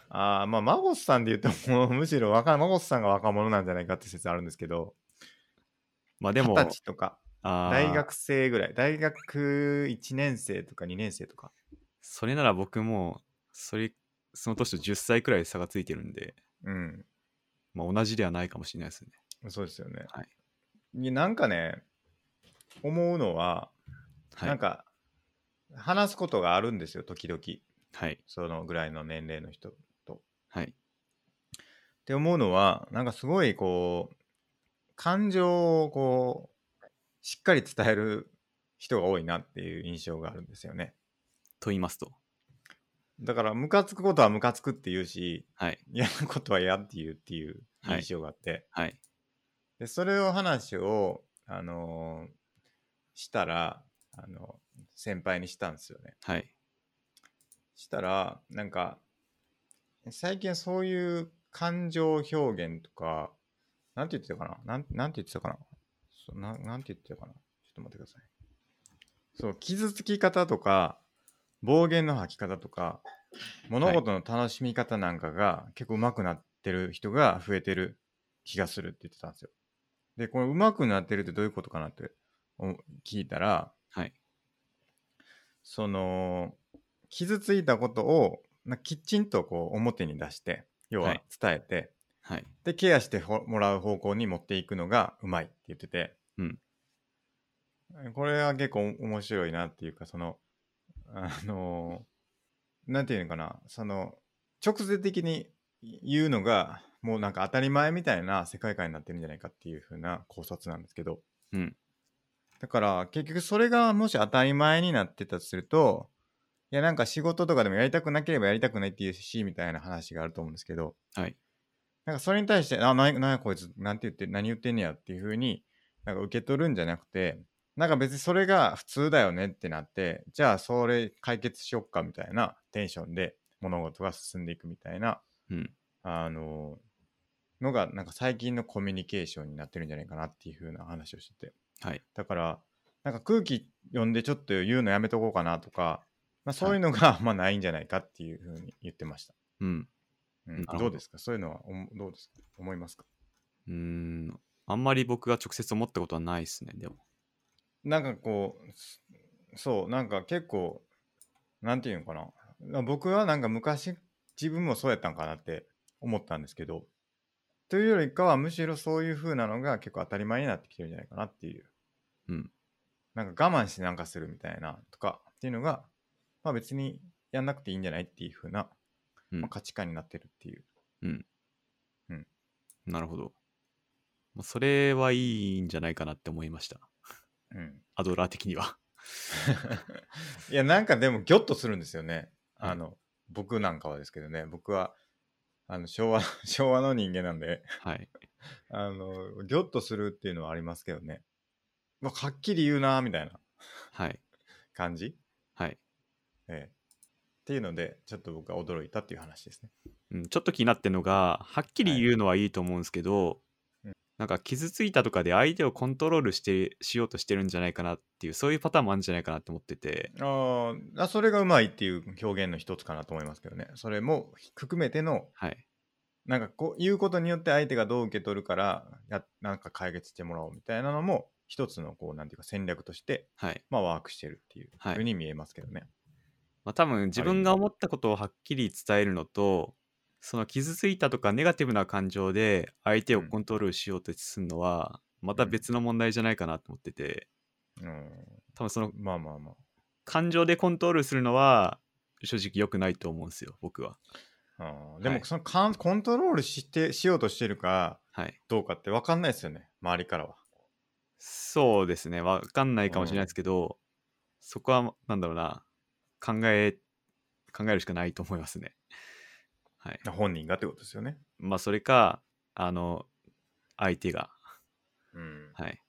[SPEAKER 1] ああ、まあ、孫さんで言うと、もうむ しろ若孫さんが若者なんじゃないかって説あるんですけど、
[SPEAKER 2] まあで
[SPEAKER 1] 二十
[SPEAKER 2] も
[SPEAKER 1] 歳とか、
[SPEAKER 2] あー
[SPEAKER 1] 大学生ぐらい、大学1年生とか2年生とか。
[SPEAKER 2] それなら僕もそれその年と10歳くらい差がついてるんで、
[SPEAKER 1] うん、
[SPEAKER 2] まあ、同じではないかもしれないですね
[SPEAKER 1] そうですよね。
[SPEAKER 2] はい
[SPEAKER 1] いやなんかね、思うのは、
[SPEAKER 2] はい
[SPEAKER 1] なんか話すことがあるんですよ時々
[SPEAKER 2] はい
[SPEAKER 1] そのぐらいの年齢の人っ
[SPEAKER 2] はい
[SPEAKER 1] て思うのはなんかすごいこう感情をこうしっかり伝える人が多いなっていう印象があるんですよね。
[SPEAKER 2] と言いますと
[SPEAKER 1] だから、ムカつくことはムカつくって言うし、
[SPEAKER 2] はい。
[SPEAKER 1] 嫌なことは嫌って言うっていう
[SPEAKER 2] はい
[SPEAKER 1] 印象があって、
[SPEAKER 2] はい。
[SPEAKER 1] で、それを話を、あのーしたら、あの、先輩にしたんですよね。
[SPEAKER 2] はい。
[SPEAKER 1] したら、なんか、最近そういう感情表現とか、なんて言ってたかななんなんて言ってたかなそうななんて言ってたかなちょっと待ってください。そう、傷つき方とか、暴言の吐き方とか、物事の楽しみ方なんかが結構上手くなってる人が増えてる気がするって言ってたんですよ。で、この上手くなってるってどういうことかなってお聞いたら、
[SPEAKER 2] はい。
[SPEAKER 1] その傷ついたことをなきちんとこう表に出して要
[SPEAKER 2] は
[SPEAKER 1] はい伝えて、
[SPEAKER 2] はい。
[SPEAKER 1] でケアしてほもらう方向に持っていくのがうまいって言ってて、
[SPEAKER 2] うん
[SPEAKER 1] これは結構面白いなっていうかそのあのなんていうのかなその直接的に言うのがもうなんか当たり前みたいな世界観になってるんじゃないかっていう風な考察なんですけど、
[SPEAKER 2] うん。
[SPEAKER 1] だから結局それがもし当たり前になってたとするといやなんか仕事とかでもやりたくなければやりたくないっていうしみたいな話があると思うんですけど
[SPEAKER 2] はい。
[SPEAKER 1] なんかそれに対して「あななんやこいつなんて言って何言ってんねや」っていうふうになんか受け取るんじゃなくてなんか別にそれが普通だよねってなってじゃあそれ解決しよっかみたいなテンションで物事が進んでいくみたいな
[SPEAKER 2] うん。
[SPEAKER 1] あののがなんか最近のコミュニケーションになってるんじゃないかなっていうふうな話をしてて。
[SPEAKER 2] はい。
[SPEAKER 1] だから、なんか空気読んでちょっと言うのやめとこうかなとか、まあ、そういうのが、まあないんじゃないかっていうふうに言ってました。
[SPEAKER 2] うん。
[SPEAKER 1] う
[SPEAKER 2] なる
[SPEAKER 1] ん
[SPEAKER 2] ほ、ど
[SPEAKER 1] どうですかそういうのはおもどうですか思いますか
[SPEAKER 2] うーん。あんまり僕が直接思ったことはないですね、でも。
[SPEAKER 1] なんかこう、すそう、なんか結構、なんていうのかな。な僕はなんか昔自分もそうやったんかなって思ったんですけど、というよりかはむしろそういうふうなのが結構当たり前になってきてるんじゃないかなっていう
[SPEAKER 2] うん。
[SPEAKER 1] なんか我慢してなんかするみたいなとかっていうのが、まあ別にやんなくていいんじゃないっていう風な、
[SPEAKER 2] うん
[SPEAKER 1] まあ価値観になってるっていう。
[SPEAKER 2] なるほど。まあそれはいいんじゃないかなって思いました。
[SPEAKER 1] うん。
[SPEAKER 2] アドラー的には。
[SPEAKER 1] いや、なんかでもギョッとするんですよね。
[SPEAKER 2] うん
[SPEAKER 1] あの、僕なんかはですけどね、僕は、あの、昭和、 昭和の人間なんで、
[SPEAKER 2] はい。
[SPEAKER 1] あの、ギョッとするっていうのはありますけどね。まあ、はっきり言うな、みたいな
[SPEAKER 2] はい。
[SPEAKER 1] 感じ
[SPEAKER 2] はい、
[SPEAKER 1] ええ。っていうので、ちょっと僕は驚いたっていう話ですね。
[SPEAKER 2] うん。ちょっと気になってるのが、はっきり言うのはいいと思うんですけど、
[SPEAKER 1] うん
[SPEAKER 2] なんか傷ついたとかで相手をコントロールしてしようとしてるんじゃないかなっていう、そういうパターンもあるんじゃないかなって思ってて、
[SPEAKER 1] あーあ、それがうまいっていう表現の一つかなと思いますけどね。それも含めての、
[SPEAKER 2] はい。
[SPEAKER 1] なんかこう、言うことによって相手がどう受け取るから、や、なんか解決してもらおうみたいなのも、一つのこう、なんていうか戦略として、
[SPEAKER 2] はい。
[SPEAKER 1] まあワークしてるっていう
[SPEAKER 2] はい
[SPEAKER 1] ふうに見えますけどね。
[SPEAKER 2] まあ、多分自分が思ったことをはっきり伝えるのとその傷ついたとかネガティブな感情で相手をコントロールしようとするのはまた別の問題じゃないかなと思ってて多分その
[SPEAKER 1] うん。まあまあま
[SPEAKER 2] 感情でコントロールするのは正直良くないと思うんですよ僕は
[SPEAKER 1] あ。あーで
[SPEAKER 2] は
[SPEAKER 1] も
[SPEAKER 2] い
[SPEAKER 1] そのかんコントロールしてしようとしてるか
[SPEAKER 2] はい
[SPEAKER 1] どうかって分かんないですよね周りからは
[SPEAKER 2] そうですねわかんないかもしれないですけど、そこはなんだろうな考え考えるしかないと思いますねはい
[SPEAKER 1] 本人がってことですよね
[SPEAKER 2] まあそれかあの相手が
[SPEAKER 1] うん
[SPEAKER 2] はい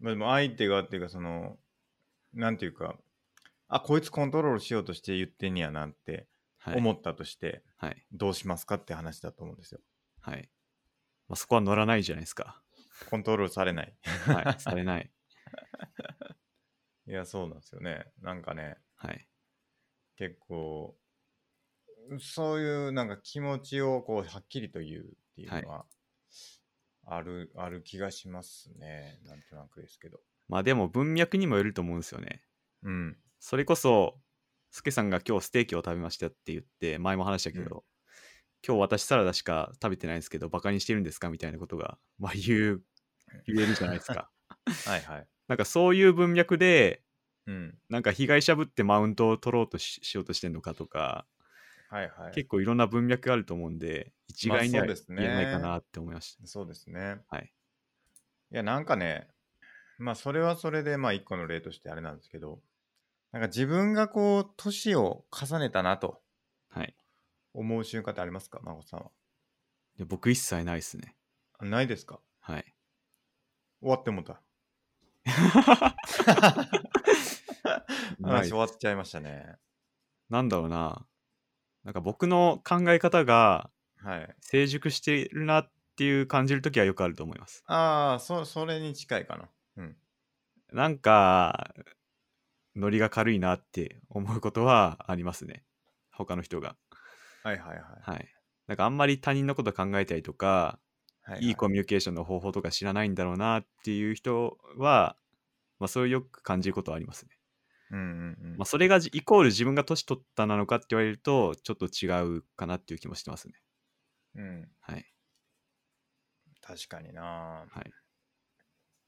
[SPEAKER 1] まあ、でも相手がっていうかそのなんていうかあこいつコントロールしようとして言ってんねやなって
[SPEAKER 2] はい
[SPEAKER 1] 思ったとして、
[SPEAKER 2] はい
[SPEAKER 1] どうしますかって話だと思うんですよ
[SPEAKER 2] はい。まあ、そこは乗らないじゃないですか。
[SPEAKER 1] コントロールされない
[SPEAKER 2] はい。されない。
[SPEAKER 1] いやそうなんですよねなんかね
[SPEAKER 2] はい。
[SPEAKER 1] 結構そういうなんか気持ちをこうはっきりと言うっていうのはある、ある気がしますねなんとなくですけど
[SPEAKER 2] まあでも文脈にもよると思うんですよね。
[SPEAKER 1] うん
[SPEAKER 2] それこそ、スケさんが今日ステーキを食べましたって言って、前も話したけど、今日私サラダしか食べてないんですけど、バカにしてるんですかみたいなことが、まあ言う、言えるじゃないですか。
[SPEAKER 1] はいはい
[SPEAKER 2] なんかそういう文脈で、
[SPEAKER 1] うん
[SPEAKER 2] なんか被害者ぶってマウントを取ろうとししようとしてるのかとか、
[SPEAKER 1] はいはい
[SPEAKER 2] 結構いろんな文脈があると思うんで、一概には
[SPEAKER 1] まあ
[SPEAKER 2] 言
[SPEAKER 1] そうです
[SPEAKER 2] え
[SPEAKER 1] ね
[SPEAKER 2] ないかなって思いました。
[SPEAKER 1] そうですね。
[SPEAKER 2] はい。
[SPEAKER 1] いや、なんかね、まあ、それはそれで、まあ、一個の例としてあれなんですけど、なんか自分がこう、年を重ねたなと
[SPEAKER 2] はい。
[SPEAKER 1] 思う瞬間ってありますか、まこさんは。
[SPEAKER 2] で僕一切ないですね。
[SPEAKER 1] あないですか
[SPEAKER 2] はい。
[SPEAKER 1] 終わってもうた。
[SPEAKER 2] な
[SPEAKER 1] 話
[SPEAKER 2] い
[SPEAKER 1] 終わっちゃいましたね。
[SPEAKER 2] なんだろうな。なんか僕の考え方が
[SPEAKER 1] はい。
[SPEAKER 2] 成熟してるなっていう感じるときはよくあると思います。
[SPEAKER 1] ああ、そ、それに近いかな。うん。
[SPEAKER 2] なんか、ノリが軽いなって思うことはありますね。他の人が。
[SPEAKER 1] はいはいはい。
[SPEAKER 2] はい。なんかあんまり他人のこと考えたりとか、
[SPEAKER 1] はい
[SPEAKER 2] いいコ
[SPEAKER 1] ミ
[SPEAKER 2] ミュニケーションの方法とか知らないんだろうなっていう人は、まあ、それをよく感じることはありますね。
[SPEAKER 1] うんうんうん
[SPEAKER 2] まあ、。それがじイコール自分が年取ったなのかって言われると、ちょっと違うかなっていう気もしてますね。
[SPEAKER 1] うん。
[SPEAKER 2] はい。
[SPEAKER 1] 確かにな
[SPEAKER 2] は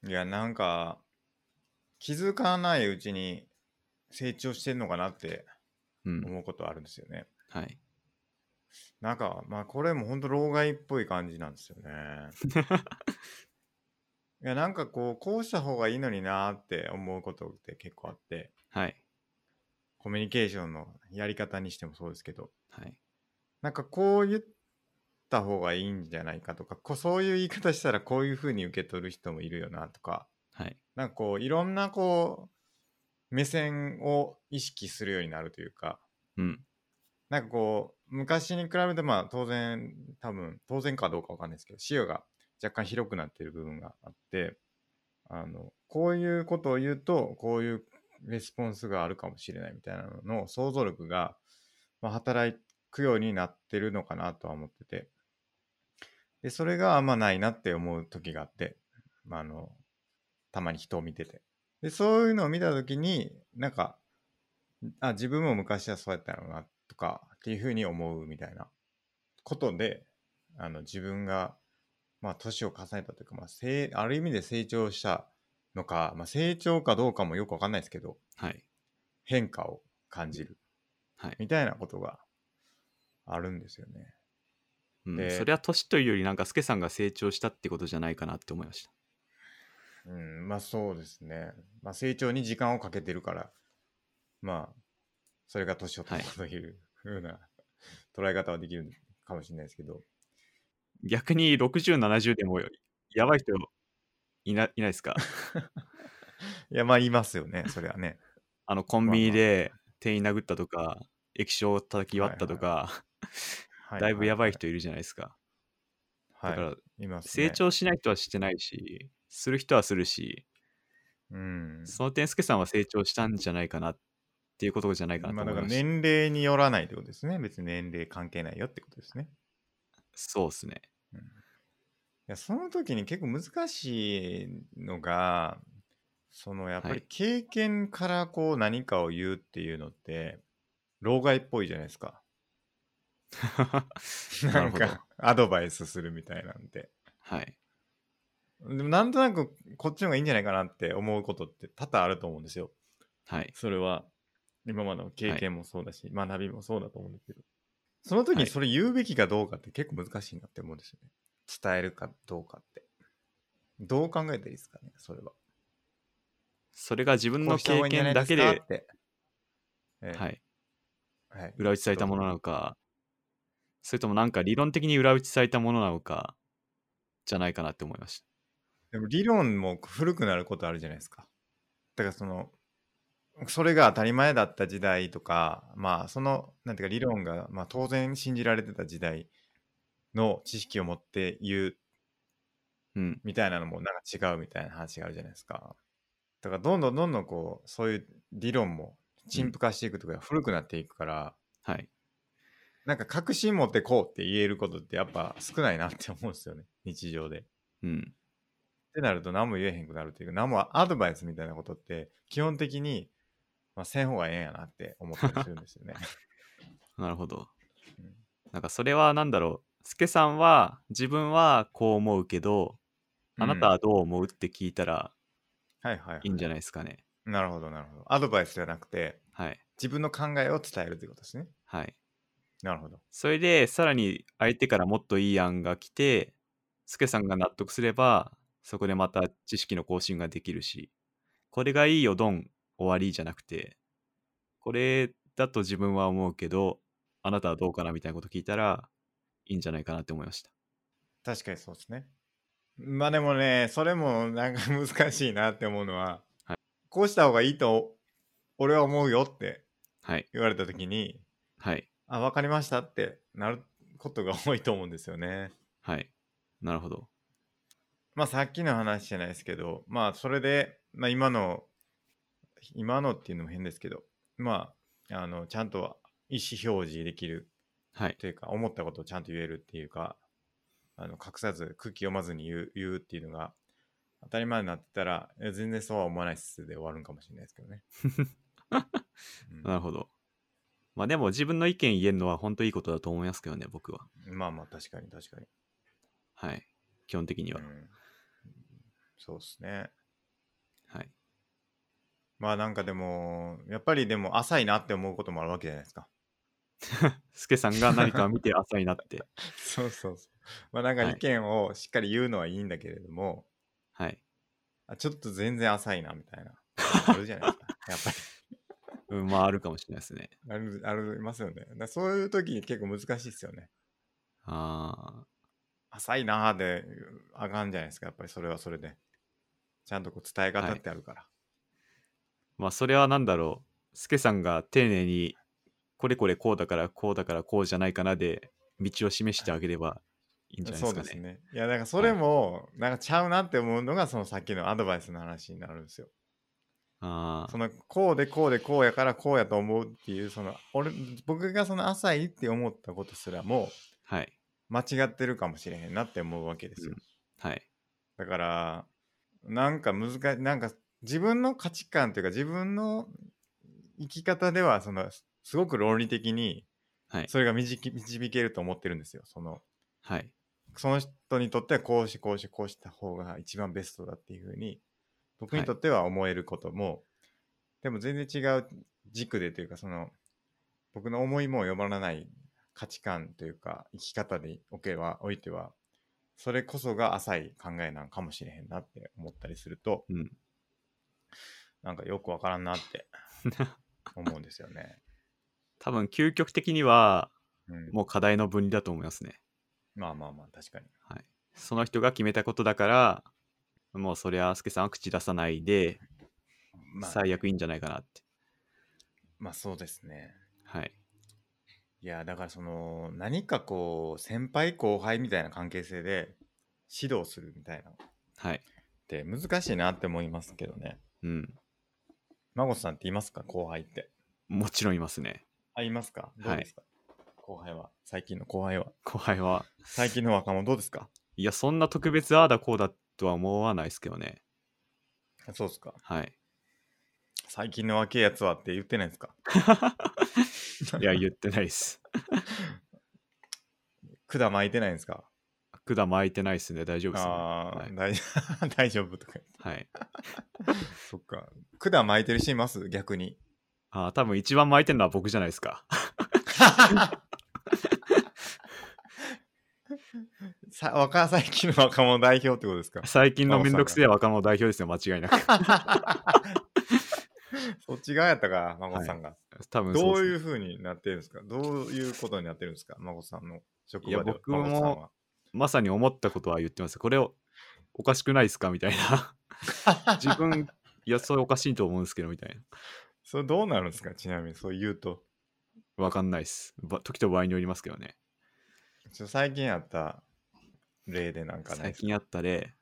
[SPEAKER 2] い。
[SPEAKER 1] いや、なんか、気づかないうちに成長してんのかなって
[SPEAKER 2] うん。
[SPEAKER 1] 思うことあるんですよね。
[SPEAKER 2] はい。
[SPEAKER 1] なんか、まあ、これも本当老害っぽい感じなんですよね。 いや、なんかこう、こうした方がいいのになーって思うことって結構あって、
[SPEAKER 2] はい。
[SPEAKER 1] コミュニケーションのやり方にしてもそうですけど、
[SPEAKER 2] はい。
[SPEAKER 1] なんかこう言った方がいいんじゃないかとか、こうそういう言い方したらこういう風に受け取る人もいるよなとか、
[SPEAKER 2] はい。
[SPEAKER 1] なんかこう、いろんなこう、目線を意識するようになるというか、
[SPEAKER 2] うん。
[SPEAKER 1] なんかこう、昔に比べて、まあ当然、多分、当然かどうかわかんないですけど、視野が若干広くなっている部分があって、あの、こういうことを言うと、こういうレスポンスがあるかもしれないみたいなのの想像力が、まあ、働くようになってるのかなとは思ってて、で、それがあんまないなって思う時があって、まあ、あの、たまに人を見てて。で、そういうのを見た時に、なんか、あ、自分も昔はそうやったのな、とか、っていうふうに思うみたいなことで、あの、自分が、まあ、年を重ねたというか、まあ、せいある意味で成長したのか、まあ、成長かどうかもよくわかんないですけど、
[SPEAKER 2] はい。
[SPEAKER 1] 変化を感じる。
[SPEAKER 2] はい
[SPEAKER 1] みたいなことがあるんですよね。
[SPEAKER 2] うん
[SPEAKER 1] で
[SPEAKER 2] それは年というより、なんか、スケさんが成長したってことじゃないかなって思いました。
[SPEAKER 1] うん、まあそうですね。まあ成長に時間をかけてるから、まあ、それが年を取ったというふうな捉え方はできるかもしれないですけど、
[SPEAKER 2] 逆に60、70でもやばい人いないないですか
[SPEAKER 1] いや、まあ言いますよね、それはね。
[SPEAKER 2] あの、コンビニで店員殴ったとか、液晶を叩き割ったとか、
[SPEAKER 1] は
[SPEAKER 2] だいぶやばい、人いるじゃないですか。
[SPEAKER 1] はい、
[SPEAKER 2] だから、
[SPEAKER 1] います、ね。
[SPEAKER 2] 成、長しない人はしてないし、する人はするし、
[SPEAKER 1] うん。
[SPEAKER 2] その点、スケさんは成長したんじゃないかなっていうことじゃないか
[SPEAKER 1] ま
[SPEAKER 2] な
[SPEAKER 1] あ
[SPEAKER 2] と
[SPEAKER 1] だ
[SPEAKER 2] 思
[SPEAKER 1] か
[SPEAKER 2] い
[SPEAKER 1] ら
[SPEAKER 2] ました。
[SPEAKER 1] 年齢によらないってことですね。別に年齢関係ないよってことですね。
[SPEAKER 2] そうですね。
[SPEAKER 1] いやその時に結構難しいのがそのやっぱ
[SPEAKER 2] は
[SPEAKER 1] り
[SPEAKER 2] い
[SPEAKER 1] 経験からこう何かを言うっていうのって老害っぽいじゃないですか
[SPEAKER 2] な
[SPEAKER 1] な
[SPEAKER 2] る
[SPEAKER 1] ん
[SPEAKER 2] ほど。
[SPEAKER 1] かアドバイスするみたいなんて
[SPEAKER 2] はい。
[SPEAKER 1] でもなんとなくこっちの方がいいんじゃないかなって思うことって多々あると思うんですよ
[SPEAKER 2] はい。
[SPEAKER 1] それは今までの経験もそうだし、学びもそうだと思うんですけどその時
[SPEAKER 2] は
[SPEAKER 1] に
[SPEAKER 2] い
[SPEAKER 1] それ言うべきかどうかって結構難しいなって思うんですよね伝えるかどうかってどう考えたらいいですかねそれは
[SPEAKER 2] それが自分の経験だけで、
[SPEAKER 1] こうした方がいいんじゃないすかってええ
[SPEAKER 2] はい。
[SPEAKER 1] はい。
[SPEAKER 2] 裏打ちされたものなのか、それともなんか理論的に裏打ちされたものなのか、じゃないかなって思いまし
[SPEAKER 1] でも理論も古くなることあるじゃないですか。だからその、それが当たり前だった時代とか、まあその、なんていうか理論が、まあ当然信じられてた時代の知識を持って言う
[SPEAKER 2] た。うん。
[SPEAKER 1] みたいなのもなんか違うみたいな話があるじゃないですか。だからどんどんどんどんこう、そういう理論も陳腐化していくとか古くなっていくから、
[SPEAKER 2] はい。
[SPEAKER 1] なんか確信持ってこうって言えることってやっぱ少ないなって思うんですよね、日常で。っ
[SPEAKER 2] うん。
[SPEAKER 1] てなると何も言えへんくなるというか、何もアドバイスみたいなことって基本的に、まあ、せん方がええんやなって思ったりするんですよね。
[SPEAKER 2] なるほど
[SPEAKER 1] うん。
[SPEAKER 2] なんかそれはなんだろう。スケさんは自分はこう思うけど、 あなたはどう思うって聞いたら
[SPEAKER 1] うん、はいはいはい
[SPEAKER 2] いんじゃないですかね。
[SPEAKER 1] なるほどなるほど。アドバイスじゃなくて、
[SPEAKER 2] はい。
[SPEAKER 1] 自分の考えを伝えるということですね。
[SPEAKER 2] はい。
[SPEAKER 1] なるほど。
[SPEAKER 2] それで、さらに相手からもっといい案が来て、スケさんが納得すれば、そこでまた知識の更新ができるし、これがいいよ、ドン、終わりじゃなくて、これだと自分は思うけど、あなたはどうかなみたいなこと聞いたら、いいんじゃないかなって思いました。
[SPEAKER 1] 確かにそうですね。まあでもね、それもなんか 難しいなって思うのは、
[SPEAKER 2] は
[SPEAKER 1] こうした方がいいと俺は思うよって
[SPEAKER 2] はい。
[SPEAKER 1] 言われた時に、
[SPEAKER 2] はい。
[SPEAKER 1] あ、わかりましたってなることが多いと思うんですよね。
[SPEAKER 2] はい。なるほど。
[SPEAKER 1] まあさっきの話じゃないですけど、まあそれで、まあ今の、今のっていうのも変ですけど、まあ、あの、ちゃんと意思表示できる
[SPEAKER 2] はい。
[SPEAKER 1] というか、思ったことをちゃんと言えるっていうか、あの隠さず、空気読まずに言う言うっていうのが当たり前になってたら、え全然そうは思わないっすで終わるんかもしれないですけど ね。うん
[SPEAKER 2] なるほど。まあでも自分の意見言えるのは本当いいことだと思いますけどね、僕は。
[SPEAKER 1] まあまあ、確かに確かに。
[SPEAKER 2] はい。基本的には
[SPEAKER 1] う。んそうですね。
[SPEAKER 2] はい。
[SPEAKER 1] まあなんかでも、やっぱりでも浅いなって思うこともあるわけじゃないですか。
[SPEAKER 2] スケさんが何かを見て浅いなって。
[SPEAKER 1] そうそうそう。まあなんか
[SPEAKER 2] はい
[SPEAKER 1] 意見をしっかり言うのはいいんだけれども、
[SPEAKER 2] はい。
[SPEAKER 1] あちょっと全然浅いなみたい な。あるじゃないですか。やっぱり。
[SPEAKER 2] うん、まああるかもしれないですね。
[SPEAKER 1] あるありますよね。だからそういう時に結構難しいですよね。
[SPEAKER 2] あ
[SPEAKER 1] 浅いなーであかんじゃないですか、やっぱりそれはそれで。ちゃんとこう伝え方ってあるから。
[SPEAKER 2] ーまあそれは何だろう。スケさんが丁寧に、これこれこうだからこうだからこうじゃないかなで、道を示してあげればいいんじゃないで
[SPEAKER 1] そう
[SPEAKER 2] すか
[SPEAKER 1] で
[SPEAKER 2] ね。
[SPEAKER 1] すね。いや、だからそれも、なんかちゃうなって思うのが、そのさっきのアドバイスの話になるんですよ。
[SPEAKER 2] あ
[SPEAKER 1] そ
[SPEAKER 2] あ、
[SPEAKER 1] のこうでこうでこうやからこうやと思うっていう、その俺、僕がその浅いって思ったことすらも、
[SPEAKER 2] はい。
[SPEAKER 1] 間違ってるかもしれへんなって思うわけですよ。
[SPEAKER 2] はい。
[SPEAKER 1] だから、なんか難しい、なんか自分の価値観というか自分の生き方では、その、すごく論理的に、
[SPEAKER 2] はい。
[SPEAKER 1] それが導き導けると思ってるんですよ。その、
[SPEAKER 2] はい。
[SPEAKER 1] その人にとってはこうしてこうしてこうした方が一番ベストだっていうふうに、僕にとっては思えることも、でも全然違う軸でというか、その、僕の思いも呼ばない価値観というか、生き方でおけば、おいては、それこそが浅い考えなんかもしれへんなって思ったりすると、
[SPEAKER 2] うん。
[SPEAKER 1] なんかよくわからんなって思うんですよね。
[SPEAKER 2] 多分、究極的には、
[SPEAKER 1] うん、
[SPEAKER 2] もう課題の分離だと思いますね。
[SPEAKER 1] まあまあまあ、確かに。
[SPEAKER 2] はい。その人が決めたことだから、もうそりゃ、スケさんは口出さないで、
[SPEAKER 1] まあ、
[SPEAKER 2] 最悪いいんじゃないかなって。
[SPEAKER 1] まあそうですね。
[SPEAKER 2] はい。
[SPEAKER 1] いやだからその何かこう先輩後輩みたいな関係性で指導するみたいなのっ
[SPEAKER 2] はい。
[SPEAKER 1] て難しいなって思いますけどね。
[SPEAKER 2] うん。
[SPEAKER 1] 孫さんっていますか後輩って。
[SPEAKER 2] もちろんいますね。
[SPEAKER 1] あ、いますかどうですか、後輩は最近の後輩は
[SPEAKER 2] 後輩は。
[SPEAKER 1] 最近の若者どうですか
[SPEAKER 2] いや、そんな特別ああだこうだとは思わないですけどね。
[SPEAKER 1] そうですか
[SPEAKER 2] はい。
[SPEAKER 1] 最近の若いやつはって言ってないですか
[SPEAKER 2] いや、言ってないです。
[SPEAKER 1] 管巻いてないんですか
[SPEAKER 2] 管巻いてないですね。大丈夫ですね。
[SPEAKER 1] ああ
[SPEAKER 2] は
[SPEAKER 1] ー、大
[SPEAKER 2] い。
[SPEAKER 1] 丈夫 大丈夫とか言って。
[SPEAKER 2] はい、
[SPEAKER 1] そっか。管巻いてる人います逆に。
[SPEAKER 2] ああ、多分一番巻いてるのは僕じゃないですか。
[SPEAKER 1] さ若最近の若者代表ってことですか
[SPEAKER 2] 最近のめんどくせえ若者代表ですよ、間違いなく。
[SPEAKER 1] そっち側やったか、孫さんが。
[SPEAKER 2] 多分
[SPEAKER 1] ど
[SPEAKER 2] そうう
[SPEAKER 1] い
[SPEAKER 2] いう
[SPEAKER 1] ふうになってるんですかどういうことになってるんですか孫さんの職場で
[SPEAKER 2] いや僕
[SPEAKER 1] 孫さんは
[SPEAKER 2] もまさに思ったことは言ってます。これをおかしくないですかみたいな。 自分、いや、それおかしいと思うんですけど、みたいな。
[SPEAKER 1] それどうなるんですかちなみにそう言うと。
[SPEAKER 2] わかんないです。ば時と場合によりますけどね。
[SPEAKER 1] ちょ最近あった例でなんかね。
[SPEAKER 2] 最近あった例、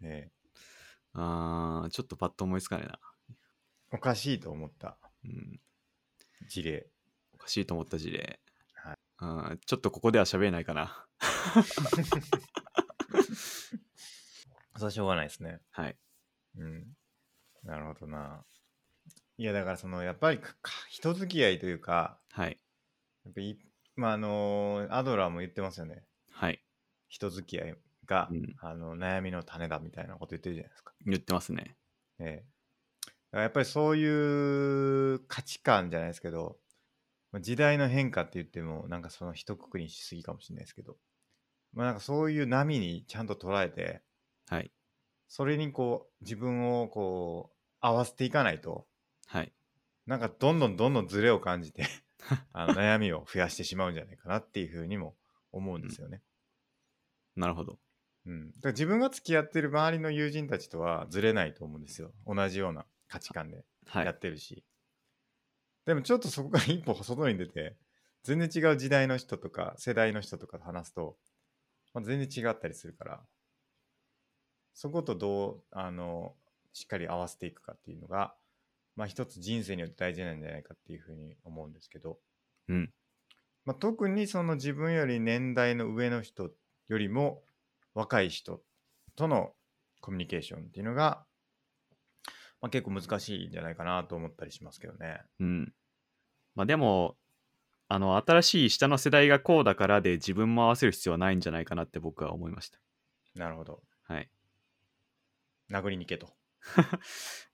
[SPEAKER 1] ええ
[SPEAKER 2] あーちょっとパッと思いつかねえな。
[SPEAKER 1] おかしいと思った
[SPEAKER 2] うん、
[SPEAKER 1] 事例。
[SPEAKER 2] おかしいと思った事例。
[SPEAKER 1] は
[SPEAKER 2] うんちょっとここでは喋れないかな。
[SPEAKER 1] それはしょうがないですね。
[SPEAKER 2] はい。
[SPEAKER 1] うん。なるほどな。いや、だからその、やっぱりかか人付き合いというか、
[SPEAKER 2] はい。
[SPEAKER 1] やっぱいまあ、あのアドラーも言ってますよね。
[SPEAKER 2] はい。
[SPEAKER 1] 人付き合いが、
[SPEAKER 2] うん
[SPEAKER 1] あの悩みの種だみたいなこと言ってるじゃないですか。
[SPEAKER 2] 言ってますね。
[SPEAKER 1] ええ、だからやっぱりそういう価値観じゃないですけど、まあ時代の変化って言っても、なんかその一括りにしすぎかもしれないですけど、まあ、なんかそういう波にちゃんと捉えて、
[SPEAKER 2] はい。
[SPEAKER 1] それにこう自分をこう合わせていかないと、
[SPEAKER 2] はい。
[SPEAKER 1] なんかどんどんどんどんズレを感じ てあの悩みを増やしてしまうんじゃないかなっていうふうにも思うんですよね。
[SPEAKER 2] なるほど。
[SPEAKER 1] うん、だから自分が付き合ってる周りの友人たちとはずれないと思うんですよ同じような価値観で
[SPEAKER 2] は
[SPEAKER 1] や
[SPEAKER 2] い。
[SPEAKER 1] ってるし、でもちょっとそこから一歩外に出て全然違う時代の人とか世代の人とかと話すと、まあ、全然違ったりするからそことどうあのしっかり合わせていくかっていうのが、まあ、一つ人生によって大事なんじゃないかっていうふうに思うんですけど、
[SPEAKER 2] うん。
[SPEAKER 1] まあ、特にその自分より年代の上の人よりも若い人とのコミュニケーションっていうのが、まあ、結構難しいんじゃないかなと思ったりしますけどね。
[SPEAKER 2] うん。まあでも、あの、新しい下の世代がこうだからで自分も合わせる必要はないんじゃないかなって僕は思いました。
[SPEAKER 1] なるほど。
[SPEAKER 2] はい。
[SPEAKER 1] 殴りに行けと。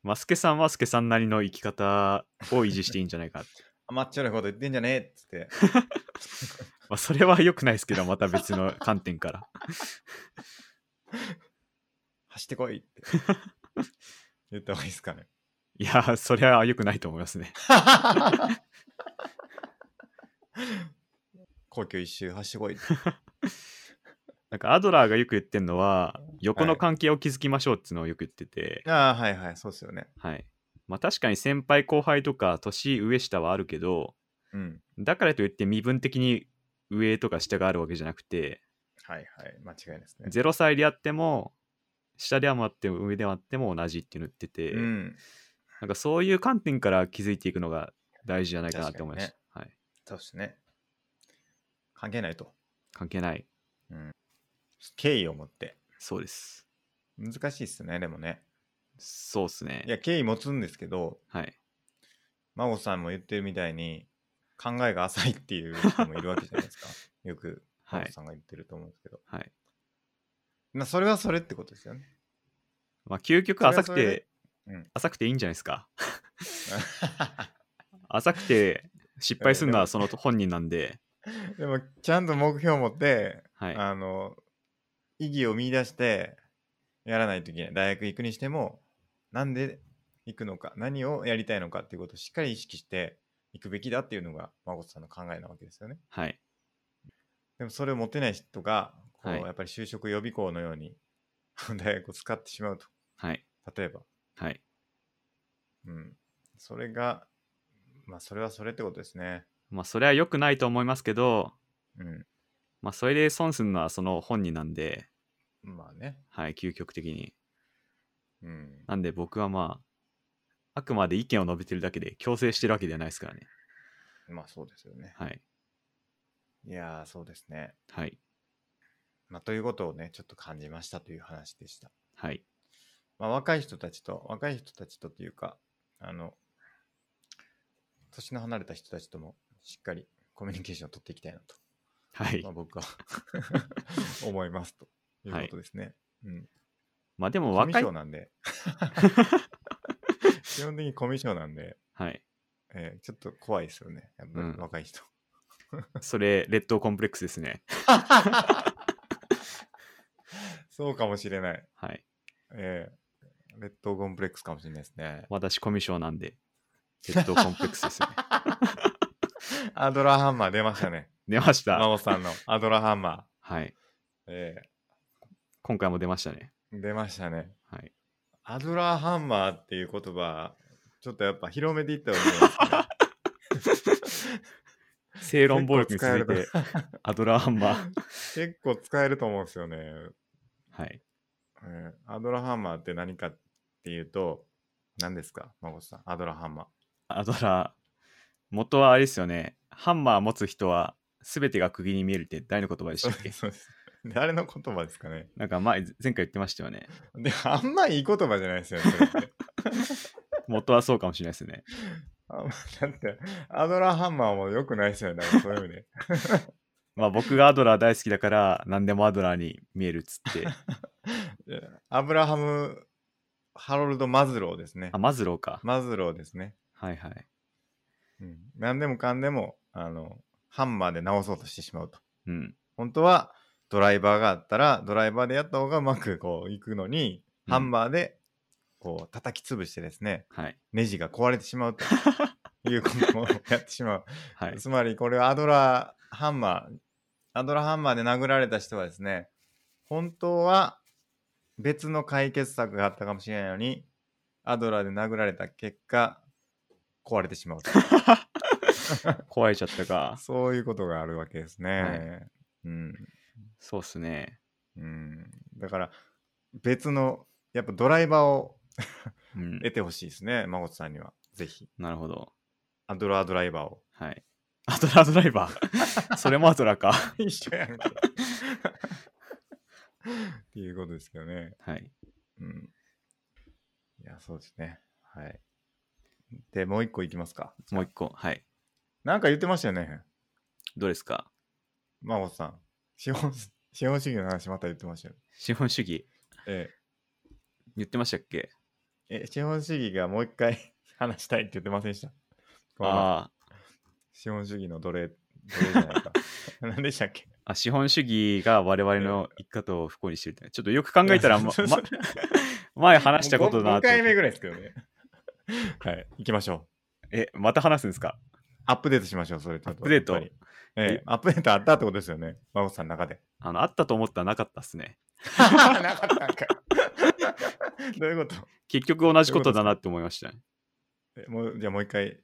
[SPEAKER 2] マスケさんはマスケさんなりの生き方を維持していいんじゃないかって。
[SPEAKER 1] 甘っちょろいこと言ってんじゃねえっつって。
[SPEAKER 2] まあそれは良くないですけど、また別の観点から。
[SPEAKER 1] 走ってこいって言った方がいいですかね。
[SPEAKER 2] いや、それは良くないと思いますね。
[SPEAKER 1] 皇居一周走ってこいって。
[SPEAKER 2] なんかアドラーがよく言ってるのは、横
[SPEAKER 1] は
[SPEAKER 2] の
[SPEAKER 1] い
[SPEAKER 2] 関係を築きましょうっていうのをよく言ってて、
[SPEAKER 1] ああ、はいはい、そうですよね。
[SPEAKER 2] はい。まあ確かに先輩後輩とか年上下はあるけど、
[SPEAKER 1] うん。
[SPEAKER 2] だからといって身分的に上とか下があるわけじゃなくて、
[SPEAKER 1] はいはい、間違いないですね。
[SPEAKER 2] 0歳であっても、下であっても上であっても同じっていうの言ってて、
[SPEAKER 1] うん。
[SPEAKER 2] なんかそういう観点から気づいていくのが大事じゃないかなって思いました。はい。
[SPEAKER 1] そうですね。関係ないと。
[SPEAKER 2] 関係ない。
[SPEAKER 1] 敬意を持って。
[SPEAKER 2] そうです。
[SPEAKER 1] 難しいっすね、でもね。
[SPEAKER 2] そうですね。
[SPEAKER 1] いや、敬意持つんですけど、
[SPEAKER 2] はい。
[SPEAKER 1] 真帆さんも言ってるみたいに、考えが浅いって いう人もいるわけじゃないですか。よく、
[SPEAKER 2] は
[SPEAKER 1] 真帆
[SPEAKER 2] い。
[SPEAKER 1] さんが言ってると思うんですけど。
[SPEAKER 2] はい。
[SPEAKER 1] まあ、それはそれってことですよね。
[SPEAKER 2] まあ、究極浅く
[SPEAKER 1] それはそれ
[SPEAKER 2] て
[SPEAKER 1] で、うん
[SPEAKER 2] 浅くていいんじゃないですか。浅くて失敗するのはその本人なんで、
[SPEAKER 1] でも、ちゃんと目標を持って、
[SPEAKER 2] はい。
[SPEAKER 1] あの、意義を見出して、やらないといけない。大学行くにしても、なんで行くのか、何をやりたいのかっていうことをしっかり意識して行くべきだっていうのが、真帆さんの考えなわけですよね。
[SPEAKER 2] はい。
[SPEAKER 1] でもそれを持てない人が、こう
[SPEAKER 2] はい
[SPEAKER 1] やっぱり就職予備校のように 大学を使ってしまうと。
[SPEAKER 2] はい。
[SPEAKER 1] 例えば。
[SPEAKER 2] はい。
[SPEAKER 1] うん。それが、まあそれはそれってことですね。
[SPEAKER 2] まあ、それは良くないと思いますけど、
[SPEAKER 1] うん。
[SPEAKER 2] まあ、それで損するのはその本人なんで、
[SPEAKER 1] まあね。
[SPEAKER 2] はい、究極的に。
[SPEAKER 1] うん。
[SPEAKER 2] なんで僕はまあ、あくまで意見を述べてるだけで、強制してるわけではないですからね。
[SPEAKER 1] まあそうですよね。
[SPEAKER 2] はい。
[SPEAKER 1] いやー、そうですね。
[SPEAKER 2] はい。
[SPEAKER 1] まあということをね、ちょっと感じましたという話でした。
[SPEAKER 2] はい。
[SPEAKER 1] まあ若い人たちと、若い人たちとというか、あの、年の離れた人たちともしっかりコミュニケーションを取っていきたいなと。
[SPEAKER 2] はい
[SPEAKER 1] まあ、。僕は 思いますということですね。うん。
[SPEAKER 2] まあ、でも
[SPEAKER 1] コミュ
[SPEAKER 2] 若い
[SPEAKER 1] 障。 なんで。基本的にコミュ障なんで、
[SPEAKER 2] はい。
[SPEAKER 1] えーちょっと怖いですよね。やっぱ
[SPEAKER 2] うん
[SPEAKER 1] り若い人。
[SPEAKER 2] それ、劣等コンプレックスですね。
[SPEAKER 1] そうかもしれない。
[SPEAKER 2] はい。
[SPEAKER 1] えー、劣等コンプレックスかもしれないですね。
[SPEAKER 2] 私、コミュ障な んで、劣等コンプレックスですね。
[SPEAKER 1] アドラーハンマー出ました ね。
[SPEAKER 2] 出まし
[SPEAKER 1] 真
[SPEAKER 2] た。
[SPEAKER 1] 帆さんのアドラーハンマー。
[SPEAKER 2] はい。
[SPEAKER 1] え
[SPEAKER 2] 今回も出ましたね。
[SPEAKER 1] ー、出ましたね。
[SPEAKER 2] はい。
[SPEAKER 1] アドラーハンマーっていう言葉、ちょっとやっぱ広めていった方がいい ですね。
[SPEAKER 2] 正論暴力に続いて
[SPEAKER 1] 結構使えるな
[SPEAKER 2] アドラーハンマー。
[SPEAKER 1] 結構使えると思うんですよね。
[SPEAKER 2] はい。
[SPEAKER 1] うんアドラハンマーって何かっていうと、何ですか、孫さん。アドラハンマー。
[SPEAKER 2] アドラー。元はあれですよね。ハンマー持つ人は全てが釘に見えるって誰の言葉でしたっ け
[SPEAKER 1] そうです。誰の言葉ですかね。
[SPEAKER 2] なんか前、前回言ってましたよね。
[SPEAKER 1] で、あんまいい言葉じゃないですよね。それって
[SPEAKER 2] 元はそうかもしれないですね。
[SPEAKER 1] あ んまだって、アドラハンマーも良くないですよね。だからそういう意 味で。
[SPEAKER 2] まあ僕がアドラー大好きだから何でもアドラーに見えるっつって。
[SPEAKER 1] いやアブラハム・ハロルド・マズローですね
[SPEAKER 2] あ、。マズローか。
[SPEAKER 1] マズローですね。
[SPEAKER 2] はいはい。
[SPEAKER 1] うん、何でもかんでも、あの、ハンマーで直そうとしてしまうと。
[SPEAKER 2] うん。
[SPEAKER 1] 本当はドライバーがあったらドライバーでやった方がうまくこういくのに、
[SPEAKER 2] うん
[SPEAKER 1] ハンマーでこう叩き潰してですね
[SPEAKER 2] はい。
[SPEAKER 1] ネジが壊れてしまうと いうこともやってしまう。
[SPEAKER 2] はい。
[SPEAKER 1] つまりこれはアドラーハンマー、アドラーハンマーで殴られた人はですね、本当は別の解決策があったかもしれないのに、アドラーで殴られた結果、壊れてしまう と。
[SPEAKER 2] 壊れちゃったか。
[SPEAKER 1] そういうことがあるわけですね。
[SPEAKER 2] はい
[SPEAKER 1] うん。
[SPEAKER 2] そうっすね。
[SPEAKER 1] うん。だから、別の、やっぱドライバーを
[SPEAKER 2] うん。
[SPEAKER 1] 得てほしいですね、真琴さんには。ぜひ。
[SPEAKER 2] なるほど。
[SPEAKER 1] アドラードライバー を。
[SPEAKER 2] はい。アドラードライバー。それもアドラーか。
[SPEAKER 1] 一緒や んけ。っていうことですけどね。
[SPEAKER 2] はい。
[SPEAKER 1] うん。いや、そうですね。はい。で、もう一個いきますか。
[SPEAKER 2] もう一個。はい。
[SPEAKER 1] なんか言ってましたよね。
[SPEAKER 2] どうですか
[SPEAKER 1] 真帆さん。資本、 資本主義の話また言ってましたよ。
[SPEAKER 2] 資本主義。
[SPEAKER 1] え
[SPEAKER 2] 言ってましたっけ
[SPEAKER 1] ええ、資本主義がもう一回 話したいって言ってませんでしたこの
[SPEAKER 2] あ
[SPEAKER 1] 資本主義の奴隷、奴隷じゃないか。 何でしたっけ
[SPEAKER 2] ーあ。資本主義が我々の生き方を不幸にしてるって。ちょっとよく考えたら、ま、
[SPEAKER 1] そう
[SPEAKER 2] ま
[SPEAKER 1] そう
[SPEAKER 2] 前話したことだな
[SPEAKER 1] もう
[SPEAKER 2] っ
[SPEAKER 1] 5回目
[SPEAKER 2] て。
[SPEAKER 1] ぐらいですけど ね。はい、行きましょう。
[SPEAKER 2] え、また話すんですか
[SPEAKER 1] アップデートしましょう、それちょっと。
[SPEAKER 2] アップデート
[SPEAKER 1] やっぱりええ
[SPEAKER 2] え
[SPEAKER 1] アップデートあったってことですよね、真帆さんの中 で。
[SPEAKER 2] あの、あったと思ったらなかったっすね。
[SPEAKER 1] なかったんか。 どういうこと
[SPEAKER 2] 結局同じことだなって思いましたね。
[SPEAKER 1] えもうじゃあもう一回、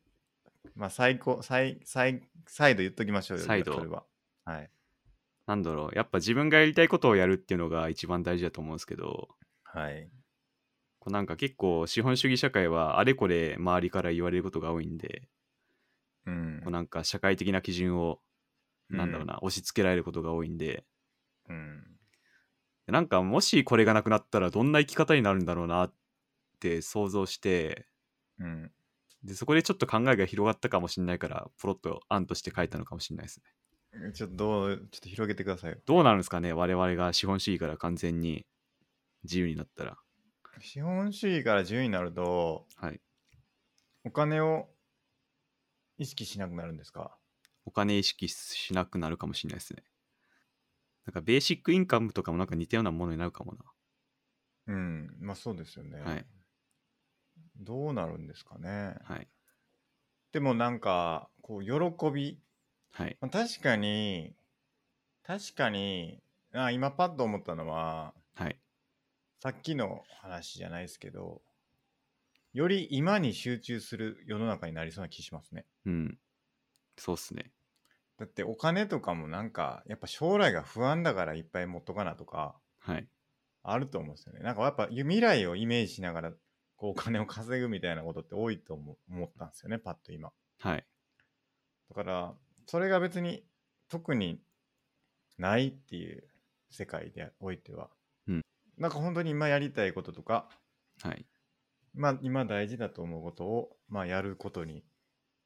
[SPEAKER 1] まあ、最高、再、再、再度言っときましょうよ。
[SPEAKER 2] 再度
[SPEAKER 1] それは。はい。
[SPEAKER 2] なんだろう。やっぱ自分がやりたいことをやるっていうのが一番大事だと思うんですけど、
[SPEAKER 1] はい。
[SPEAKER 2] こうなんか結構資本主義社会はあれこれ周りから言われることが多いんで、
[SPEAKER 1] うん
[SPEAKER 2] こう。なんか社会的な基準を、なんだろうな、押し付けられることが多いんで、
[SPEAKER 1] うん。
[SPEAKER 2] なんかもしこれがなくなったらどんな生き方になるんだろうなって想像して、
[SPEAKER 1] うん。
[SPEAKER 2] で、そこでちょっと考えが広がったかもしれないから、ポロッと案として書いたのかもしれないですね。
[SPEAKER 1] うんちょっとどう、ちょっと広げてくださいよ。
[SPEAKER 2] どうなるんですかね我々が資本主義から完全に自由になったら。
[SPEAKER 1] 資本主義から順位になると、
[SPEAKER 2] はい。
[SPEAKER 1] お金を意識しなくなるんですか
[SPEAKER 2] お金意識しなくなるかもしれないですね。なんかベーシックインカムとかもなんか似たようなものになるかも
[SPEAKER 1] うん。まあそうですよね。
[SPEAKER 2] な。はい。
[SPEAKER 1] どうなるんですかね。
[SPEAKER 2] はい。
[SPEAKER 1] でもなんか、こう、喜び
[SPEAKER 2] はい。
[SPEAKER 1] まあ確かに、確かに、あ今パッと思ったのは、
[SPEAKER 2] はい。
[SPEAKER 1] さっきの話じゃないですけど、より今に集中する世の中になりそうな気しますね。
[SPEAKER 2] うん。そうっすね。
[SPEAKER 1] だってお金とかもなんか、やっぱ将来が不安だからいっぱい持っとかなとか、
[SPEAKER 2] はい。
[SPEAKER 1] あると思うんですよね。なんかやっぱ未来をイメージしながら、こうお金を稼ぐみたいなことって多いと思思ったんですよね、パッと今。
[SPEAKER 2] はい。
[SPEAKER 1] だから、それが別に特にないっていう世界でおいては、
[SPEAKER 2] うん
[SPEAKER 1] なんか本当に今やりたいこととか、
[SPEAKER 2] はい。
[SPEAKER 1] まあ、今大事だと思うことを、まあ、やることに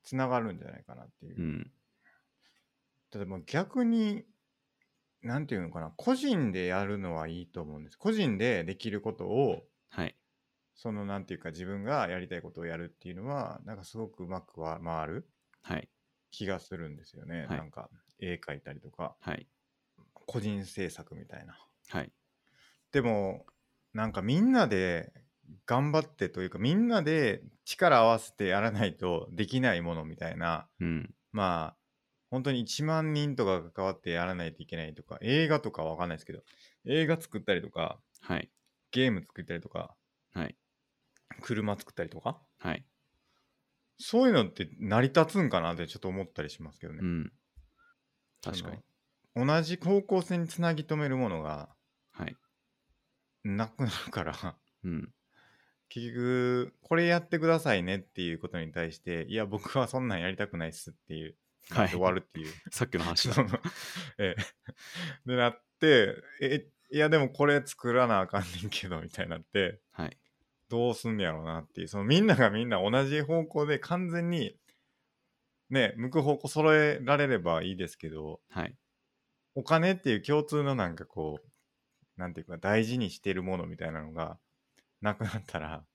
[SPEAKER 1] つながるんじゃないかなっていう
[SPEAKER 2] う。ん。
[SPEAKER 1] 例えば逆に、なんていうのかな、個人でやるのはいいと思うんです。個人でできることを、
[SPEAKER 2] はい。
[SPEAKER 1] そのなんていうか自分がやりたいことをやるっていうのは、なんかすごくうまくは回る
[SPEAKER 2] はい。
[SPEAKER 1] 気がするんですよね。
[SPEAKER 2] はい
[SPEAKER 1] なんか絵描いたりとか。
[SPEAKER 2] はい。
[SPEAKER 1] 個人制作みたいな。
[SPEAKER 2] はい。
[SPEAKER 1] でも、なんかみんなで頑張ってというか、みんなで力合わせてやらないとできないものみたいな、
[SPEAKER 2] うん。
[SPEAKER 1] まあ、本当に1万人とかが関わってやらないといけないとか、映画とかわかんないですけど、映画作ったりとか、
[SPEAKER 2] はい。
[SPEAKER 1] ゲーム作ったりとか、
[SPEAKER 2] はい。
[SPEAKER 1] 車作ったりとか、
[SPEAKER 2] はい。
[SPEAKER 1] そういうのって成り立つんかなってちょっと思ったりしますけど
[SPEAKER 2] う
[SPEAKER 1] ね。
[SPEAKER 2] ん。確かに。
[SPEAKER 1] その。同じ方向性につなぎ止めるものが
[SPEAKER 2] はい。
[SPEAKER 1] なくなるから、
[SPEAKER 2] うん。
[SPEAKER 1] 結局これやってくださいねっていうことに対していや僕はそんなんやりたくないっすっていう、
[SPEAKER 2] はい
[SPEAKER 1] 終わるっていう
[SPEAKER 2] さっきの話 だ
[SPEAKER 1] そ。のえ えでなってえいやでもこれ作らなあかんねんけどみたいになって
[SPEAKER 2] はい。
[SPEAKER 1] どうすんねやろうなっていうそのみんながみんな同じ方向で完全にね向く方向揃えられればいいですけど
[SPEAKER 2] はい。
[SPEAKER 1] お金っていう共通のなんかこうなんていうか大事にしてるものみたいなのがなくなったら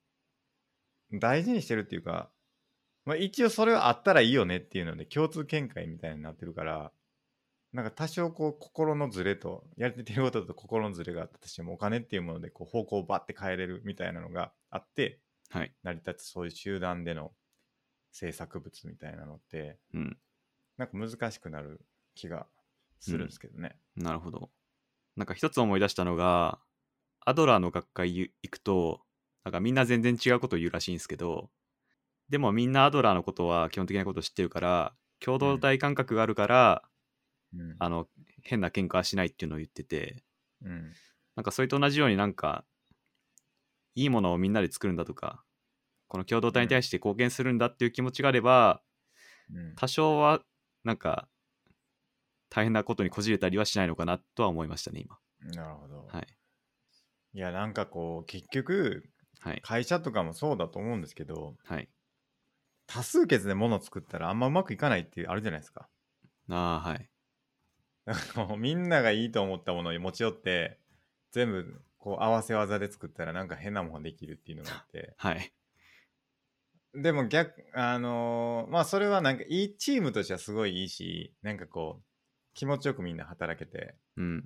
[SPEAKER 1] 大事にしてるっていうか、まあ、一応それはあったらいいよねっていうので共通見解みたいになってるからなんか多少こう心のズレとやれてることと心のズレがあったとしてもお金っていうものでこう方向をバッて変えれるみたいなのがあって
[SPEAKER 2] はい。
[SPEAKER 1] 成り立つそういう集団での制作物みたいなのって
[SPEAKER 2] うん。
[SPEAKER 1] なんか難しくなる気がするんですけどね。
[SPEAKER 2] なるほど。なんか一つ思い出したのが、アドラーの学会ゆ行くと、なんかみんな全然違うことを言うらしいんですけど、でもみんなアドラーのことは基本的なことを知ってるから、共同体感覚があるから、
[SPEAKER 1] うん
[SPEAKER 2] あの、変な喧嘩はしないっていうのを言ってて、
[SPEAKER 1] うん
[SPEAKER 2] なんかそれと同じようになんか、いいものをみんなで作るんだとか、この共同体に対して貢献するんだっていう気持ちがあれば、
[SPEAKER 1] うん
[SPEAKER 2] 多少はなんか、大変なことにこじれたりはしないのかなとは思いましたね、今。
[SPEAKER 1] なるほど。
[SPEAKER 2] はい。
[SPEAKER 1] いやなんかこう結局
[SPEAKER 2] はい。
[SPEAKER 1] 会社とかもそうだと思うんですけど
[SPEAKER 2] はい。
[SPEAKER 1] 多数決で物を作ったらあんまうまくいかないっていうあるじゃないですか。
[SPEAKER 2] ああ、はい。
[SPEAKER 1] こうみんながいいと思ったものに持ち寄って全部こう合わせ技で作ったらなんか変なものができるっていうのがあって
[SPEAKER 2] はい。
[SPEAKER 1] でも逆あのーまあそれはなんかいいチームとしてはすごいいいしなんかこう気持ちよくみんな働けて
[SPEAKER 2] うん。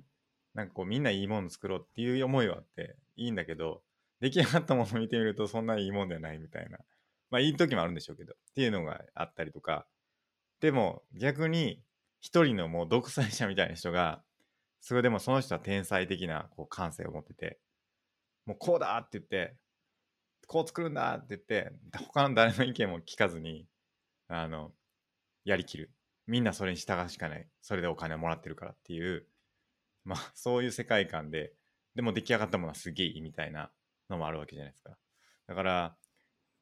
[SPEAKER 1] なんかこうみんないいもの作ろうっていう思いはあっていいんだけど出来上がったものを見てみるとそんなにいいもんではないみたいなまあいい時もあるんでしょうけどっていうのがあったりとかでも逆に一人のもう独裁者みたいな人がすごいでもその人は天才的なこう感性を持っててもうこうだって言ってこう作るんだって言って他の誰の意見も聞かずにあのやりきるみんなそれに従うしかないそれでお金をもらってるからっていうまあ そういう世界観ででも出来上がったものはすげえいいみたいなのもあるわけじゃないですかだから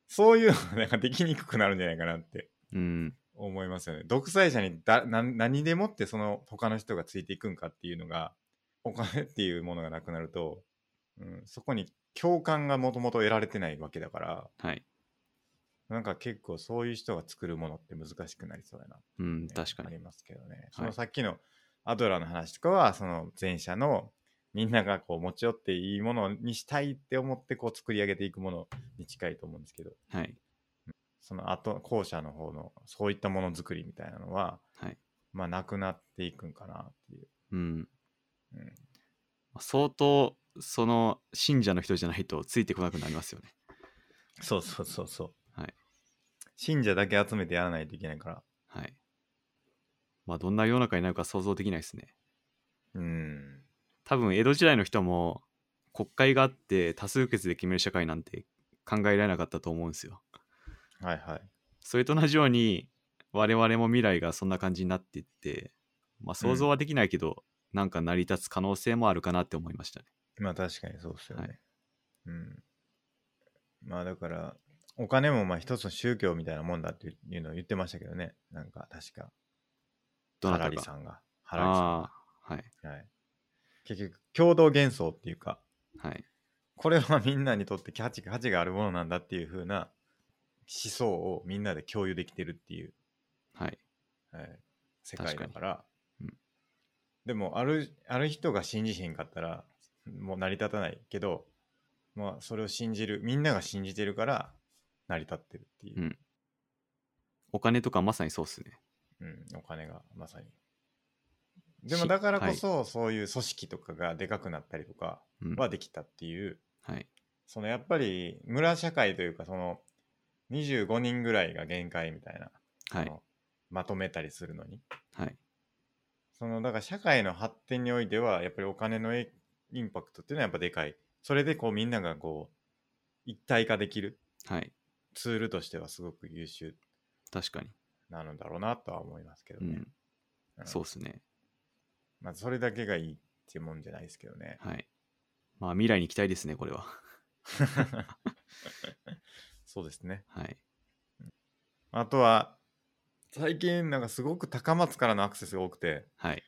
[SPEAKER 1] そういうのが できにくくなるんじゃないかなって
[SPEAKER 2] うん。
[SPEAKER 1] 思いますよね独裁者にだな何でもってその他の人がついていくんかっていうのがお金っていうものがなくなると、うん、そこに共感がもともと得られてないわけだから
[SPEAKER 2] はい。
[SPEAKER 1] なんか結構そういう人が作るものって難しくなりそうだな
[SPEAKER 2] うん。
[SPEAKER 1] ね
[SPEAKER 2] 確か
[SPEAKER 1] あ
[SPEAKER 2] に。
[SPEAKER 1] りますけどね。そのさっきのアドラーの話とかは、その前者のみんながこう持ち寄っていいものにしたいって思ってこう作り上げていくものに近いと思うんですけど、
[SPEAKER 2] はい。
[SPEAKER 1] その後、後者の方のそういったものづくりみたいなのは、
[SPEAKER 2] はい。
[SPEAKER 1] まあなくなっていくんかなっていう。
[SPEAKER 2] うん。
[SPEAKER 1] うん
[SPEAKER 2] 相当、その、信者の人じゃないとついてこなくなりますよね。
[SPEAKER 1] そうそうそうそう。
[SPEAKER 2] はい。
[SPEAKER 1] 信者だけ集めてやらないといけないから。
[SPEAKER 2] はい。まあ、どんな世の中になるか想像できないですね。
[SPEAKER 1] うん。
[SPEAKER 2] 多分、江戸時代の人も、国会があって多数決で決める社会なんて考えられなかったと思うんですよ。
[SPEAKER 1] はいはい。
[SPEAKER 2] それと同じように、我々も未来がそんな感じになっていって、まあ、想像はできないけど、なんか成り立つ可能性もあるかなって思いましたね。
[SPEAKER 1] まあ確かにそうですよね。
[SPEAKER 2] はい
[SPEAKER 1] うん。まあだから、お金もまあ一つの宗教みたいなもんだっていうのを言ってましたけどね。なんか確か、
[SPEAKER 2] どな
[SPEAKER 1] ハラ
[SPEAKER 2] たか
[SPEAKER 1] リさんが。ハラリさ
[SPEAKER 2] ああ、は
[SPEAKER 1] ん。
[SPEAKER 2] い。
[SPEAKER 1] はい、結局、共同幻想っていうか、
[SPEAKER 2] はい。
[SPEAKER 1] これはみんなにとって価値価値があるものなんだっていう風な思想をみんなで共有できてるっていう、
[SPEAKER 2] はい。
[SPEAKER 1] はい、世界だから。
[SPEAKER 2] 確かにうん
[SPEAKER 1] でもある、ある人が信じへんかったら、もう成り立たないけど、まあ、それを信じる、みんなが信じてるから、成り立ってるっていう
[SPEAKER 2] うん。お金とかまさにそうっすね。
[SPEAKER 1] うん、お金がまさに。でも
[SPEAKER 2] し
[SPEAKER 1] だからこそ、そういう組織とかがでかくなったりとか
[SPEAKER 2] うん。
[SPEAKER 1] はできたっていう、
[SPEAKER 2] はい。
[SPEAKER 1] そのやっぱり村社会というか、その25人ぐらいが限界みたいな、
[SPEAKER 2] は
[SPEAKER 1] そ
[SPEAKER 2] い。
[SPEAKER 1] のまとめたりするのに。
[SPEAKER 2] はい。
[SPEAKER 1] そのだから社会の発展においては、やっぱりお金のえインパクトっていうのはやっぱでかい。それでこうみんながこう一体化できる
[SPEAKER 2] はい。
[SPEAKER 1] ツールとしてはすごく優秀
[SPEAKER 2] 確かに。
[SPEAKER 1] なのだろうなとは思いますけど
[SPEAKER 2] う
[SPEAKER 1] ね。
[SPEAKER 2] ん。
[SPEAKER 1] うん
[SPEAKER 2] そうっすね。
[SPEAKER 1] まあ、それだけがいいっていうもんじゃないですけどね。
[SPEAKER 2] はい。まあ、未来に期待ですね、これは。
[SPEAKER 1] そうですね。
[SPEAKER 2] はい。
[SPEAKER 1] あとは、最近なんかすごく高松からのアクセスが多くて、
[SPEAKER 2] はい。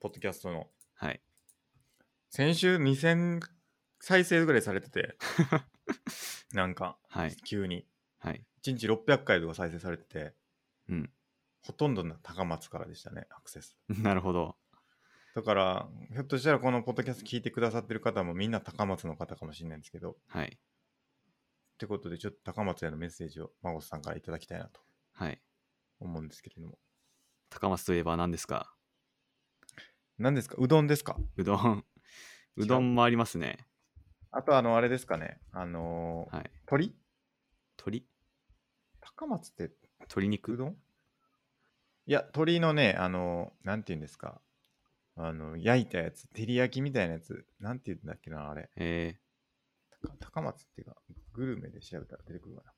[SPEAKER 1] ポッドキャストの。
[SPEAKER 2] はい。
[SPEAKER 1] 先週2000再生ぐらいされて て、なんか、
[SPEAKER 2] はい。
[SPEAKER 1] 急に。
[SPEAKER 2] はい。
[SPEAKER 1] 1日600回とか再生されてて、
[SPEAKER 2] うん。
[SPEAKER 1] ほとんどの高松からでしたね、アクセス。
[SPEAKER 2] なるほど。
[SPEAKER 1] だから、ひょっとしたらこのポッドキャスト聞いてくださってる方もみんな高松の方かもしれないんですけど、っ
[SPEAKER 2] はい。
[SPEAKER 1] てことで、ちょっと高松へのメッセージを孫さんからいただきたいなと
[SPEAKER 2] はい。
[SPEAKER 1] 思うんですけれども。
[SPEAKER 2] 高松といえば何ですか
[SPEAKER 1] 何ですかうどんですか
[SPEAKER 2] うどん。うどんもありますね。
[SPEAKER 1] あとあのあれですかねあのー
[SPEAKER 2] はい。
[SPEAKER 1] 鳥
[SPEAKER 2] 鳥
[SPEAKER 1] 高松って
[SPEAKER 2] 鶏
[SPEAKER 1] う
[SPEAKER 2] 肉
[SPEAKER 1] どんいや、鶏のね、あの、なんて言うんですか。あの、焼いたやつ、照り焼きみたいなやつ、なんて言うんだっけな、あれ。
[SPEAKER 2] え
[SPEAKER 1] 高高松っていうか、グルメで調べたら出てくるかな。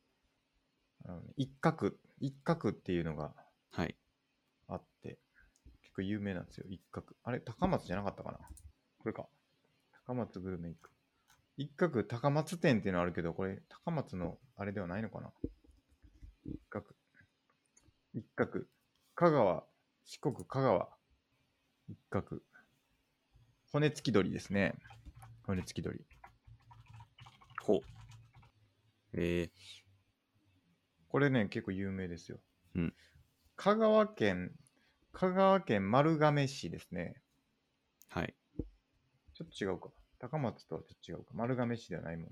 [SPEAKER 1] あの一角、一角っていうのが
[SPEAKER 2] ー、はい。
[SPEAKER 1] あって、結構有名なんですよ、一角。あれ、高松じゃなかったかなこれか。高松グルメ一角。一角高松店っていうのはあるけど、これ、高松のあれではないのかな一角。一角。香川、四国香川。一角。骨付き鳥ですね。骨付き鳥。
[SPEAKER 2] ほう。え
[SPEAKER 1] これね、結構有名ですよ。
[SPEAKER 2] うん
[SPEAKER 1] 香川県、香川県丸亀市ですね。
[SPEAKER 2] ー、はい。
[SPEAKER 1] ちょっと違うか。高松とはちょっと違うか。丸亀市ではないもんな。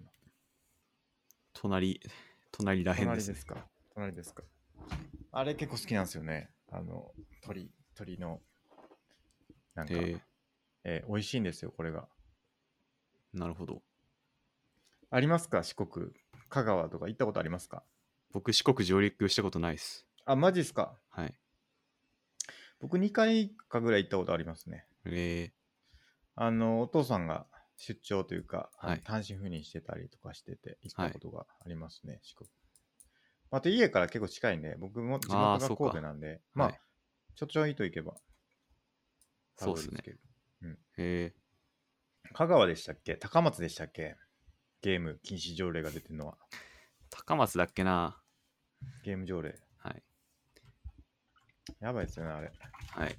[SPEAKER 2] 隣、隣らへんで
[SPEAKER 1] 隣
[SPEAKER 2] す
[SPEAKER 1] で
[SPEAKER 2] ね。
[SPEAKER 1] すか。隣ですか。あれ結構好きなんですよね。あの、鳥、鳥の、なんか、
[SPEAKER 2] え
[SPEAKER 1] えー美味しいんですよ、これが。
[SPEAKER 2] ー、なるほど。
[SPEAKER 1] ありますか四国、香川とか行ったことありますか
[SPEAKER 2] 僕、四国上陸したことないです。
[SPEAKER 1] あ、マジっすか。
[SPEAKER 2] はい。
[SPEAKER 1] 僕2回かぐらい行ったことありますね。
[SPEAKER 2] え
[SPEAKER 1] あの、お父さんが出張というか、あの
[SPEAKER 2] はい
[SPEAKER 1] 単身赴任してたりとかしてて、行っ
[SPEAKER 2] は
[SPEAKER 1] た
[SPEAKER 2] い
[SPEAKER 1] ことがありますね、四国。また家から結構近いんで、僕も地
[SPEAKER 2] あー
[SPEAKER 1] 元が
[SPEAKER 2] そうか
[SPEAKER 1] 神戸なんで、まあ、
[SPEAKER 2] はい
[SPEAKER 1] ちょっとちょいと行けば、
[SPEAKER 2] ー、そうですね
[SPEAKER 1] たどり着。ける
[SPEAKER 2] え
[SPEAKER 1] 香川でしたっけ高松でしたっけゲーム禁止条例が出てるのは。
[SPEAKER 2] ー、高松だっけな
[SPEAKER 1] ゲーム条例。
[SPEAKER 2] はい。
[SPEAKER 1] やばいですよね、あれ。
[SPEAKER 2] はい。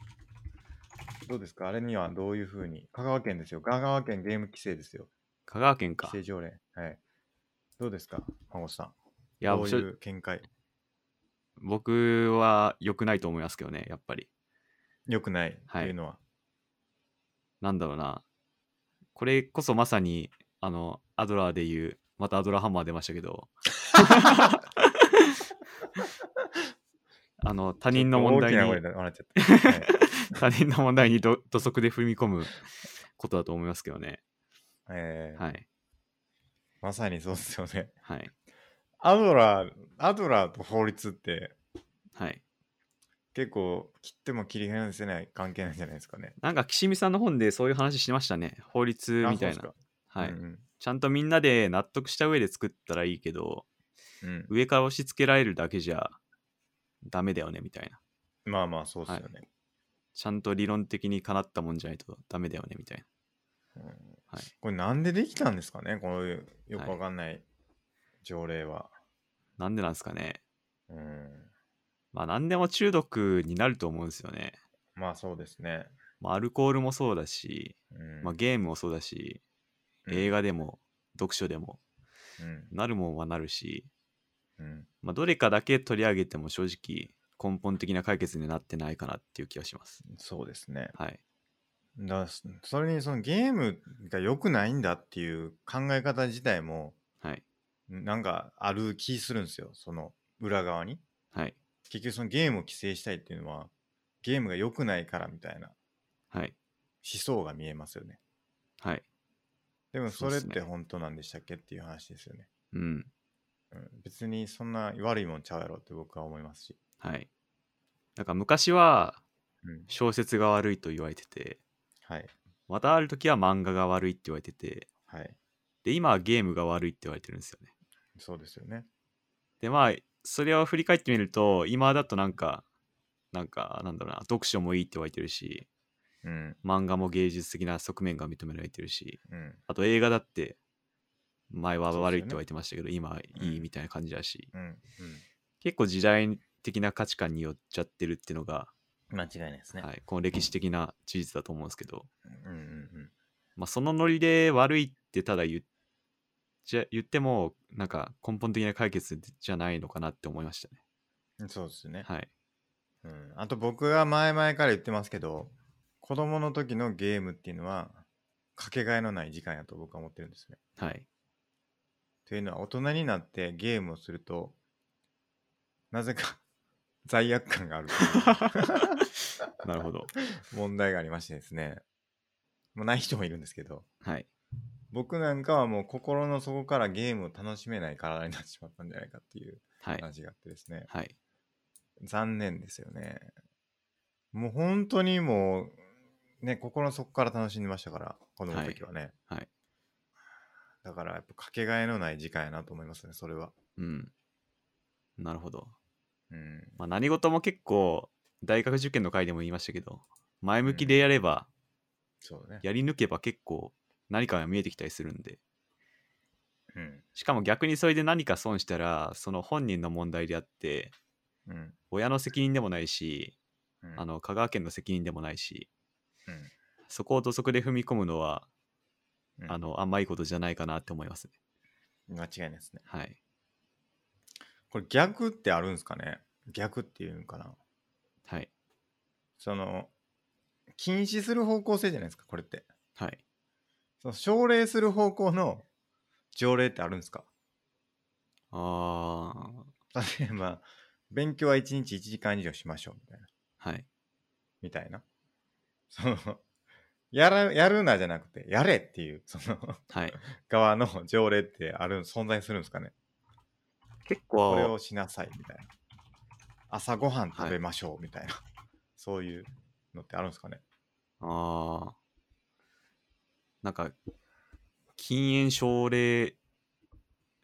[SPEAKER 1] どうですかあれにはどういうふうに香川県ですよ。香川県ゲーム規制ですよ。
[SPEAKER 2] 香川県か。
[SPEAKER 1] 規制条例。はい。どうですか孫さん。
[SPEAKER 2] いや、
[SPEAKER 1] どう
[SPEAKER 2] 正
[SPEAKER 1] い
[SPEAKER 2] 直
[SPEAKER 1] う見解
[SPEAKER 2] 僕は良くないと思いますけどね、やっぱり。
[SPEAKER 1] 良くないって
[SPEAKER 2] はい
[SPEAKER 1] いうのは。
[SPEAKER 2] なんだろうな。これこそまさに、あの、アドラーで言う、またアドラーハンマー出ましたけど、 あの、他人の問題
[SPEAKER 1] ちょっと大き
[SPEAKER 2] に、
[SPEAKER 1] な声で笑っちゃった。はい
[SPEAKER 2] 他人の問題にど土足で踏み込むことだと思いますけどね。
[SPEAKER 1] えー
[SPEAKER 2] はい。
[SPEAKER 1] まさにそうですよね。
[SPEAKER 2] はい。
[SPEAKER 1] アドラー、アドラーと法律って
[SPEAKER 2] はい。
[SPEAKER 1] 結構切っても切り離せない関係なんじゃないですかね。
[SPEAKER 2] なんか、岸見さんの本でそういう話してましたね。法律
[SPEAKER 1] あ
[SPEAKER 2] みたい
[SPEAKER 1] そう
[SPEAKER 2] な。
[SPEAKER 1] ですか
[SPEAKER 2] はい、
[SPEAKER 1] うんうん
[SPEAKER 2] ちゃんとみんなで納得した上で作ったらいいけど、
[SPEAKER 1] うん
[SPEAKER 2] 上から押し付けられるだけじゃダメだよね、みたいな。
[SPEAKER 1] まあまあそうですよね。
[SPEAKER 2] ちゃんと理論的にかなったもんじゃないとダメだよねみたい
[SPEAKER 1] うん
[SPEAKER 2] はい
[SPEAKER 1] これなんでできたんですかねこういうよくわかんない条例は。
[SPEAKER 2] な。なんでなんですかね。
[SPEAKER 1] うん、
[SPEAKER 2] まあ何でも中毒になると思うんですよね。
[SPEAKER 1] まあそうですね。
[SPEAKER 2] まあ、アルコールもそうだし、
[SPEAKER 1] うん
[SPEAKER 2] まあ、ゲームもそうだ
[SPEAKER 1] う
[SPEAKER 2] し、
[SPEAKER 1] ん
[SPEAKER 2] 映画でも読書でも
[SPEAKER 1] うん
[SPEAKER 2] なるもんはなるし、
[SPEAKER 1] うん
[SPEAKER 2] まあ、どれかだけ取り上げても正直根本的な解決になってないかなっていう気がします。
[SPEAKER 1] そうですね。
[SPEAKER 2] はい。
[SPEAKER 1] だそそれにそのゲームが良くないんだっていう考え方自体も、
[SPEAKER 2] はい。
[SPEAKER 1] なんかある気するんですよ、その裏側に。
[SPEAKER 2] はい。
[SPEAKER 1] 結局そのゲームを規制したいっていうのは、ゲームが良くないからみたいな思
[SPEAKER 2] はい。
[SPEAKER 1] 想が見えますよね。
[SPEAKER 2] はい。
[SPEAKER 1] でもそれっ
[SPEAKER 2] そうっす
[SPEAKER 1] て
[SPEAKER 2] ね
[SPEAKER 1] 本当なんでしたっけっていう話ですよね。
[SPEAKER 2] うん。
[SPEAKER 1] うん、別にそんな悪いもんちゃうやろって僕は思いますし。
[SPEAKER 2] はい。なんか昔は
[SPEAKER 1] うん、
[SPEAKER 2] 小説が悪いと言われてて、
[SPEAKER 1] はい。
[SPEAKER 2] またある時は漫画が悪いって言われてて、
[SPEAKER 1] はい。
[SPEAKER 2] で、今はゲームが悪いって言われてるんですよね。
[SPEAKER 1] そうですよね。
[SPEAKER 2] で、まあ、それを振り返ってみると、今だとなんか、なんか、なんだろうな、読書もいいって言われてるし、
[SPEAKER 1] うん。
[SPEAKER 2] 漫画も芸術的な側面が認められてるし、
[SPEAKER 1] うん。
[SPEAKER 2] あと映画だって、前は
[SPEAKER 1] そうですよね
[SPEAKER 2] 悪いって言われてましたけど、今は
[SPEAKER 1] うん
[SPEAKER 2] いいみたいな感じだし、
[SPEAKER 1] うん。
[SPEAKER 2] 結構時代的な価値観によっちゃってるっていうのが、
[SPEAKER 1] うん。間違いないですね。
[SPEAKER 2] はい、この歴史的な事実だと思うんですけど、
[SPEAKER 1] うんうんうん。
[SPEAKER 2] まあ、そのノリで悪いってただ言っじゃ言っても、なんか根本的な解決じゃないのかなって思いましたね。
[SPEAKER 1] そうですね、
[SPEAKER 2] はい。
[SPEAKER 1] うん。あと僕が前々から言ってますけど、子供の時のゲームっていうのは、かけがえのない時間やと僕は思ってるんですね。
[SPEAKER 2] はい。
[SPEAKER 1] というのは大人になってゲームをするとなぜか 罪悪感があるという
[SPEAKER 2] なるほど。
[SPEAKER 1] 問題がありましてですねもうない人もいるんですけど
[SPEAKER 2] はい。
[SPEAKER 1] 僕なんかはもう心の底からゲームを楽しめない体になってしまったんじゃないかっていう
[SPEAKER 2] はい。
[SPEAKER 1] 話があってですね
[SPEAKER 2] はい。
[SPEAKER 1] 残念ですよね。もう本当にもう、ね、心の底から楽しんでましたから、子供の時はね。
[SPEAKER 2] はい。
[SPEAKER 1] だから、やっぱかけがえのない時間やなと思いますね、それは。
[SPEAKER 2] うん。なるほど。
[SPEAKER 1] うん。
[SPEAKER 2] まあ、何事も結構、大学受験の回でも言いましたけど、前向きでやれば、
[SPEAKER 1] そうだね。
[SPEAKER 2] やり抜けば結構、何かが見えてきたりするんで、
[SPEAKER 1] うん。
[SPEAKER 2] しかも逆にそれで何か損したら、その本人の問題であって、
[SPEAKER 1] うん。
[SPEAKER 2] 親の責任でもないし、
[SPEAKER 1] うん
[SPEAKER 2] あ、の香川県の責任でもないし、
[SPEAKER 1] うん
[SPEAKER 2] そこを土足で踏み込むのは、
[SPEAKER 1] うん
[SPEAKER 2] あのあんまいいことじゃないかなって思いますね。
[SPEAKER 1] 間違いないですね。
[SPEAKER 2] はい。
[SPEAKER 1] これ逆ってあるんですかね逆っていうんかな
[SPEAKER 2] はい。
[SPEAKER 1] その、禁止する方向性じゃないですか、これって。
[SPEAKER 2] はい。
[SPEAKER 1] その奨励する方向の条例ってあるんですか
[SPEAKER 2] あ ー
[SPEAKER 1] 例えば、勉強は1日1時間以上しましょう、みたいな。
[SPEAKER 2] はい。
[SPEAKER 1] みたいな。その、 やら、やるなじゃなくて、やれっていう、その、
[SPEAKER 2] はい。
[SPEAKER 1] 側の条例ってある、存在するんですかね
[SPEAKER 2] 結
[SPEAKER 1] これ
[SPEAKER 2] 構、
[SPEAKER 1] をしなさい、みたいな。朝ごはん食べましょう、みたいな。 そういうのってあるんですかね
[SPEAKER 2] あーなんか、禁煙奨励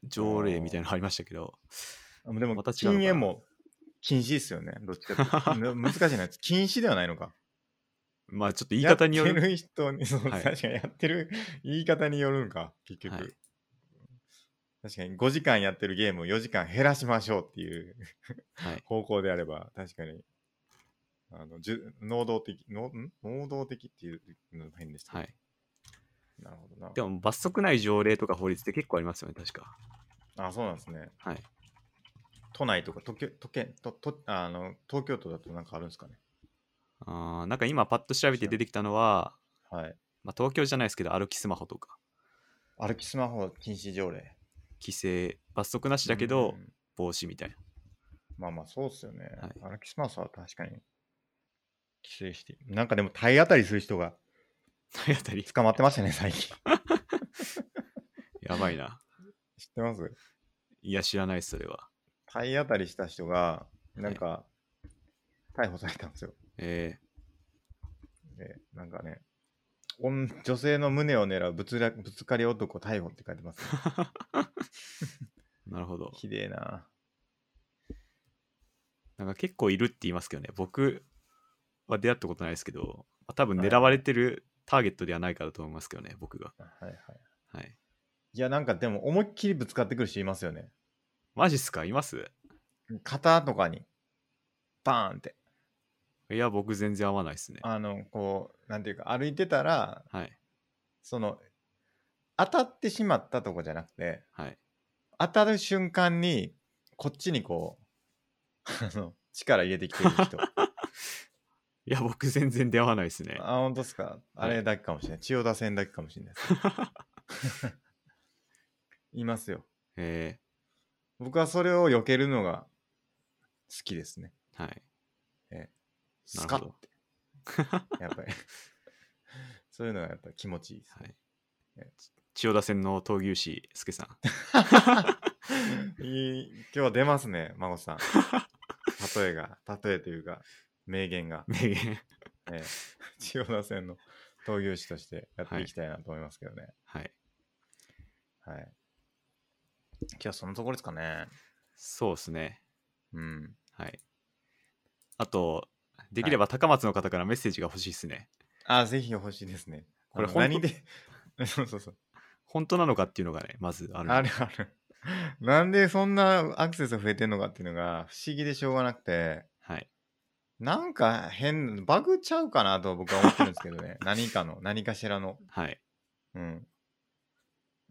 [SPEAKER 2] 条例みたいなのありましたけど、
[SPEAKER 1] あでも、
[SPEAKER 2] また違うのか
[SPEAKER 1] 禁
[SPEAKER 2] な
[SPEAKER 1] 煙も禁止ですよね。どっちかっていうと む難しいな。禁止ではないのか。
[SPEAKER 2] まあちょっと言い方によ
[SPEAKER 1] やって
[SPEAKER 2] る。
[SPEAKER 1] る人に、そう
[SPEAKER 2] はい
[SPEAKER 1] 確かにやってる言い方によるんか、結局。
[SPEAKER 2] はい
[SPEAKER 1] 確かに5時間やってるゲームを4時間減らしましょうっていう
[SPEAKER 2] はい。
[SPEAKER 1] 方向であれば、確かに、あの、じゅ能動的、能ん能動的っていうのも変でしたけど、
[SPEAKER 2] はい、
[SPEAKER 1] なるほどな。
[SPEAKER 2] でも罰則ない条例とか法律って結構ありますよね、確か。
[SPEAKER 1] あ、そうなんですね。
[SPEAKER 2] はい。
[SPEAKER 1] 都内とか、都都県都都あの東京都だとなんかあるんですかね。
[SPEAKER 2] あーなんか今パッと調べて出てきたのは、
[SPEAKER 1] はい。
[SPEAKER 2] まあ、東京じゃないですけど歩きスマホとか
[SPEAKER 1] 歩きスマホ禁止条例。
[SPEAKER 2] 規制罰則なしだけ
[SPEAKER 1] う
[SPEAKER 2] ど
[SPEAKER 1] ん
[SPEAKER 2] 防止みたいな、
[SPEAKER 1] まあまあそうっすよね。
[SPEAKER 2] は
[SPEAKER 1] 歩きスマホは確かに規制して。なんかでも体当たりする人が
[SPEAKER 2] 体当たり
[SPEAKER 1] 捕まってましたね、最近。
[SPEAKER 2] やばいな
[SPEAKER 1] 知ってます
[SPEAKER 2] いや知らないっすそれは
[SPEAKER 1] 体当たりした人が、なんか、逮捕されたんですよ。
[SPEAKER 2] え
[SPEAKER 1] で、なんかね、女女性の胸を狙うぶつらぶつかり男逮捕って書いてます、ね。
[SPEAKER 2] ー、なるほど
[SPEAKER 1] ひでえな。
[SPEAKER 2] なんか結構いるって言いますけどね僕は出会ったことないですけどまあ多分狙われてるターゲットではないからと思いますけどね僕が
[SPEAKER 1] はいはい。
[SPEAKER 2] はい
[SPEAKER 1] いや、なんかでも思いっきりぶつかってくる人いますよね。
[SPEAKER 2] マジっすかいます
[SPEAKER 1] 肩とかに、バーンって。
[SPEAKER 2] いや僕全然合わないっすね
[SPEAKER 1] あの、こう、なんていうか、歩いてたら、
[SPEAKER 2] はい
[SPEAKER 1] その当たってしまったとこじゃなくて
[SPEAKER 2] はい
[SPEAKER 1] 当たる瞬間にこっちにこう あの力入れてきてる人
[SPEAKER 2] いや僕全然出会わないっすね
[SPEAKER 1] あ本当ですかあれだけかもしれない、千代田線だけかもしれないです いますよ
[SPEAKER 2] え
[SPEAKER 1] 僕はそれを避けるのが好きですね
[SPEAKER 2] ー、はい
[SPEAKER 1] スカッて
[SPEAKER 2] な
[SPEAKER 1] や
[SPEAKER 2] るほ
[SPEAKER 1] っぱり そういうのがやっぱ気持ちいいです、
[SPEAKER 2] はい
[SPEAKER 1] え。
[SPEAKER 2] 千代田線の闘牛士、助さん。
[SPEAKER 1] いい今日は出ますね孫さん例えが例えというか名言が
[SPEAKER 2] 名言。
[SPEAKER 1] ええ、千代田線の闘牛士としてやっていきたいなと思いますけどね。
[SPEAKER 2] はい。
[SPEAKER 1] はい。今日はそのところですかね。
[SPEAKER 2] そうですね。
[SPEAKER 1] うん。
[SPEAKER 2] はい。あと、できれば高松の方からメッセージが欲しいですね。
[SPEAKER 1] あ、ぜひ欲しいですね。
[SPEAKER 2] これ
[SPEAKER 1] あの
[SPEAKER 2] 本当
[SPEAKER 1] 何で そうそうそう。
[SPEAKER 2] 本当なのかっていうのがね、まずあるの
[SPEAKER 1] あるある。なんでそんなアクセス増えてんのかっていうのが不思議でしょうがなくて、
[SPEAKER 2] はい。
[SPEAKER 1] なんか変、バグちゃうかなと僕は思ってるんですけど ね。何かの、何かしらの。
[SPEAKER 2] はい。
[SPEAKER 1] うん。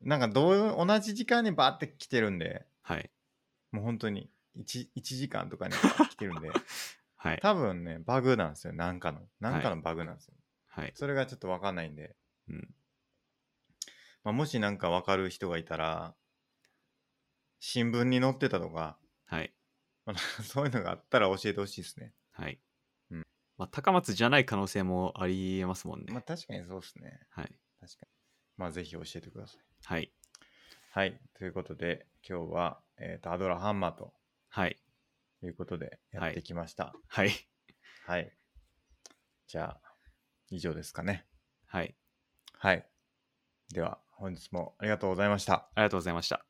[SPEAKER 1] なんかどう、同じ時間にバーって来てるんで、
[SPEAKER 2] はい。
[SPEAKER 1] もう本当に 1, 1時間とかに来てるんで、
[SPEAKER 2] はい。
[SPEAKER 1] 多分ね、バグなんですよ。なんかの。なんかのバグなんですよ。
[SPEAKER 2] はい。
[SPEAKER 1] それがちょっとわかんないんで、
[SPEAKER 2] うん。
[SPEAKER 1] まあ、もしなんかわかる人がいたら、新聞に載ってたとか、
[SPEAKER 2] はい。
[SPEAKER 1] まあなんか そういうのがあったら教えてほしいですね。
[SPEAKER 2] はい。
[SPEAKER 1] うん
[SPEAKER 2] まあ、高松じゃない可能性もありえますもんね。
[SPEAKER 1] まあ確かにそうですね。
[SPEAKER 2] はい。
[SPEAKER 1] 確かに。まあぜひ教えてください。
[SPEAKER 2] はい。
[SPEAKER 1] はい。ということで、今日は、えっ、と、アドラハンマーと
[SPEAKER 2] はい。
[SPEAKER 1] いうことでやってきました。
[SPEAKER 2] はい。
[SPEAKER 1] はい。じゃあ、以上ですかね。
[SPEAKER 2] はい。
[SPEAKER 1] はい。では、本日もありがとうございました。
[SPEAKER 2] ありがとうございました。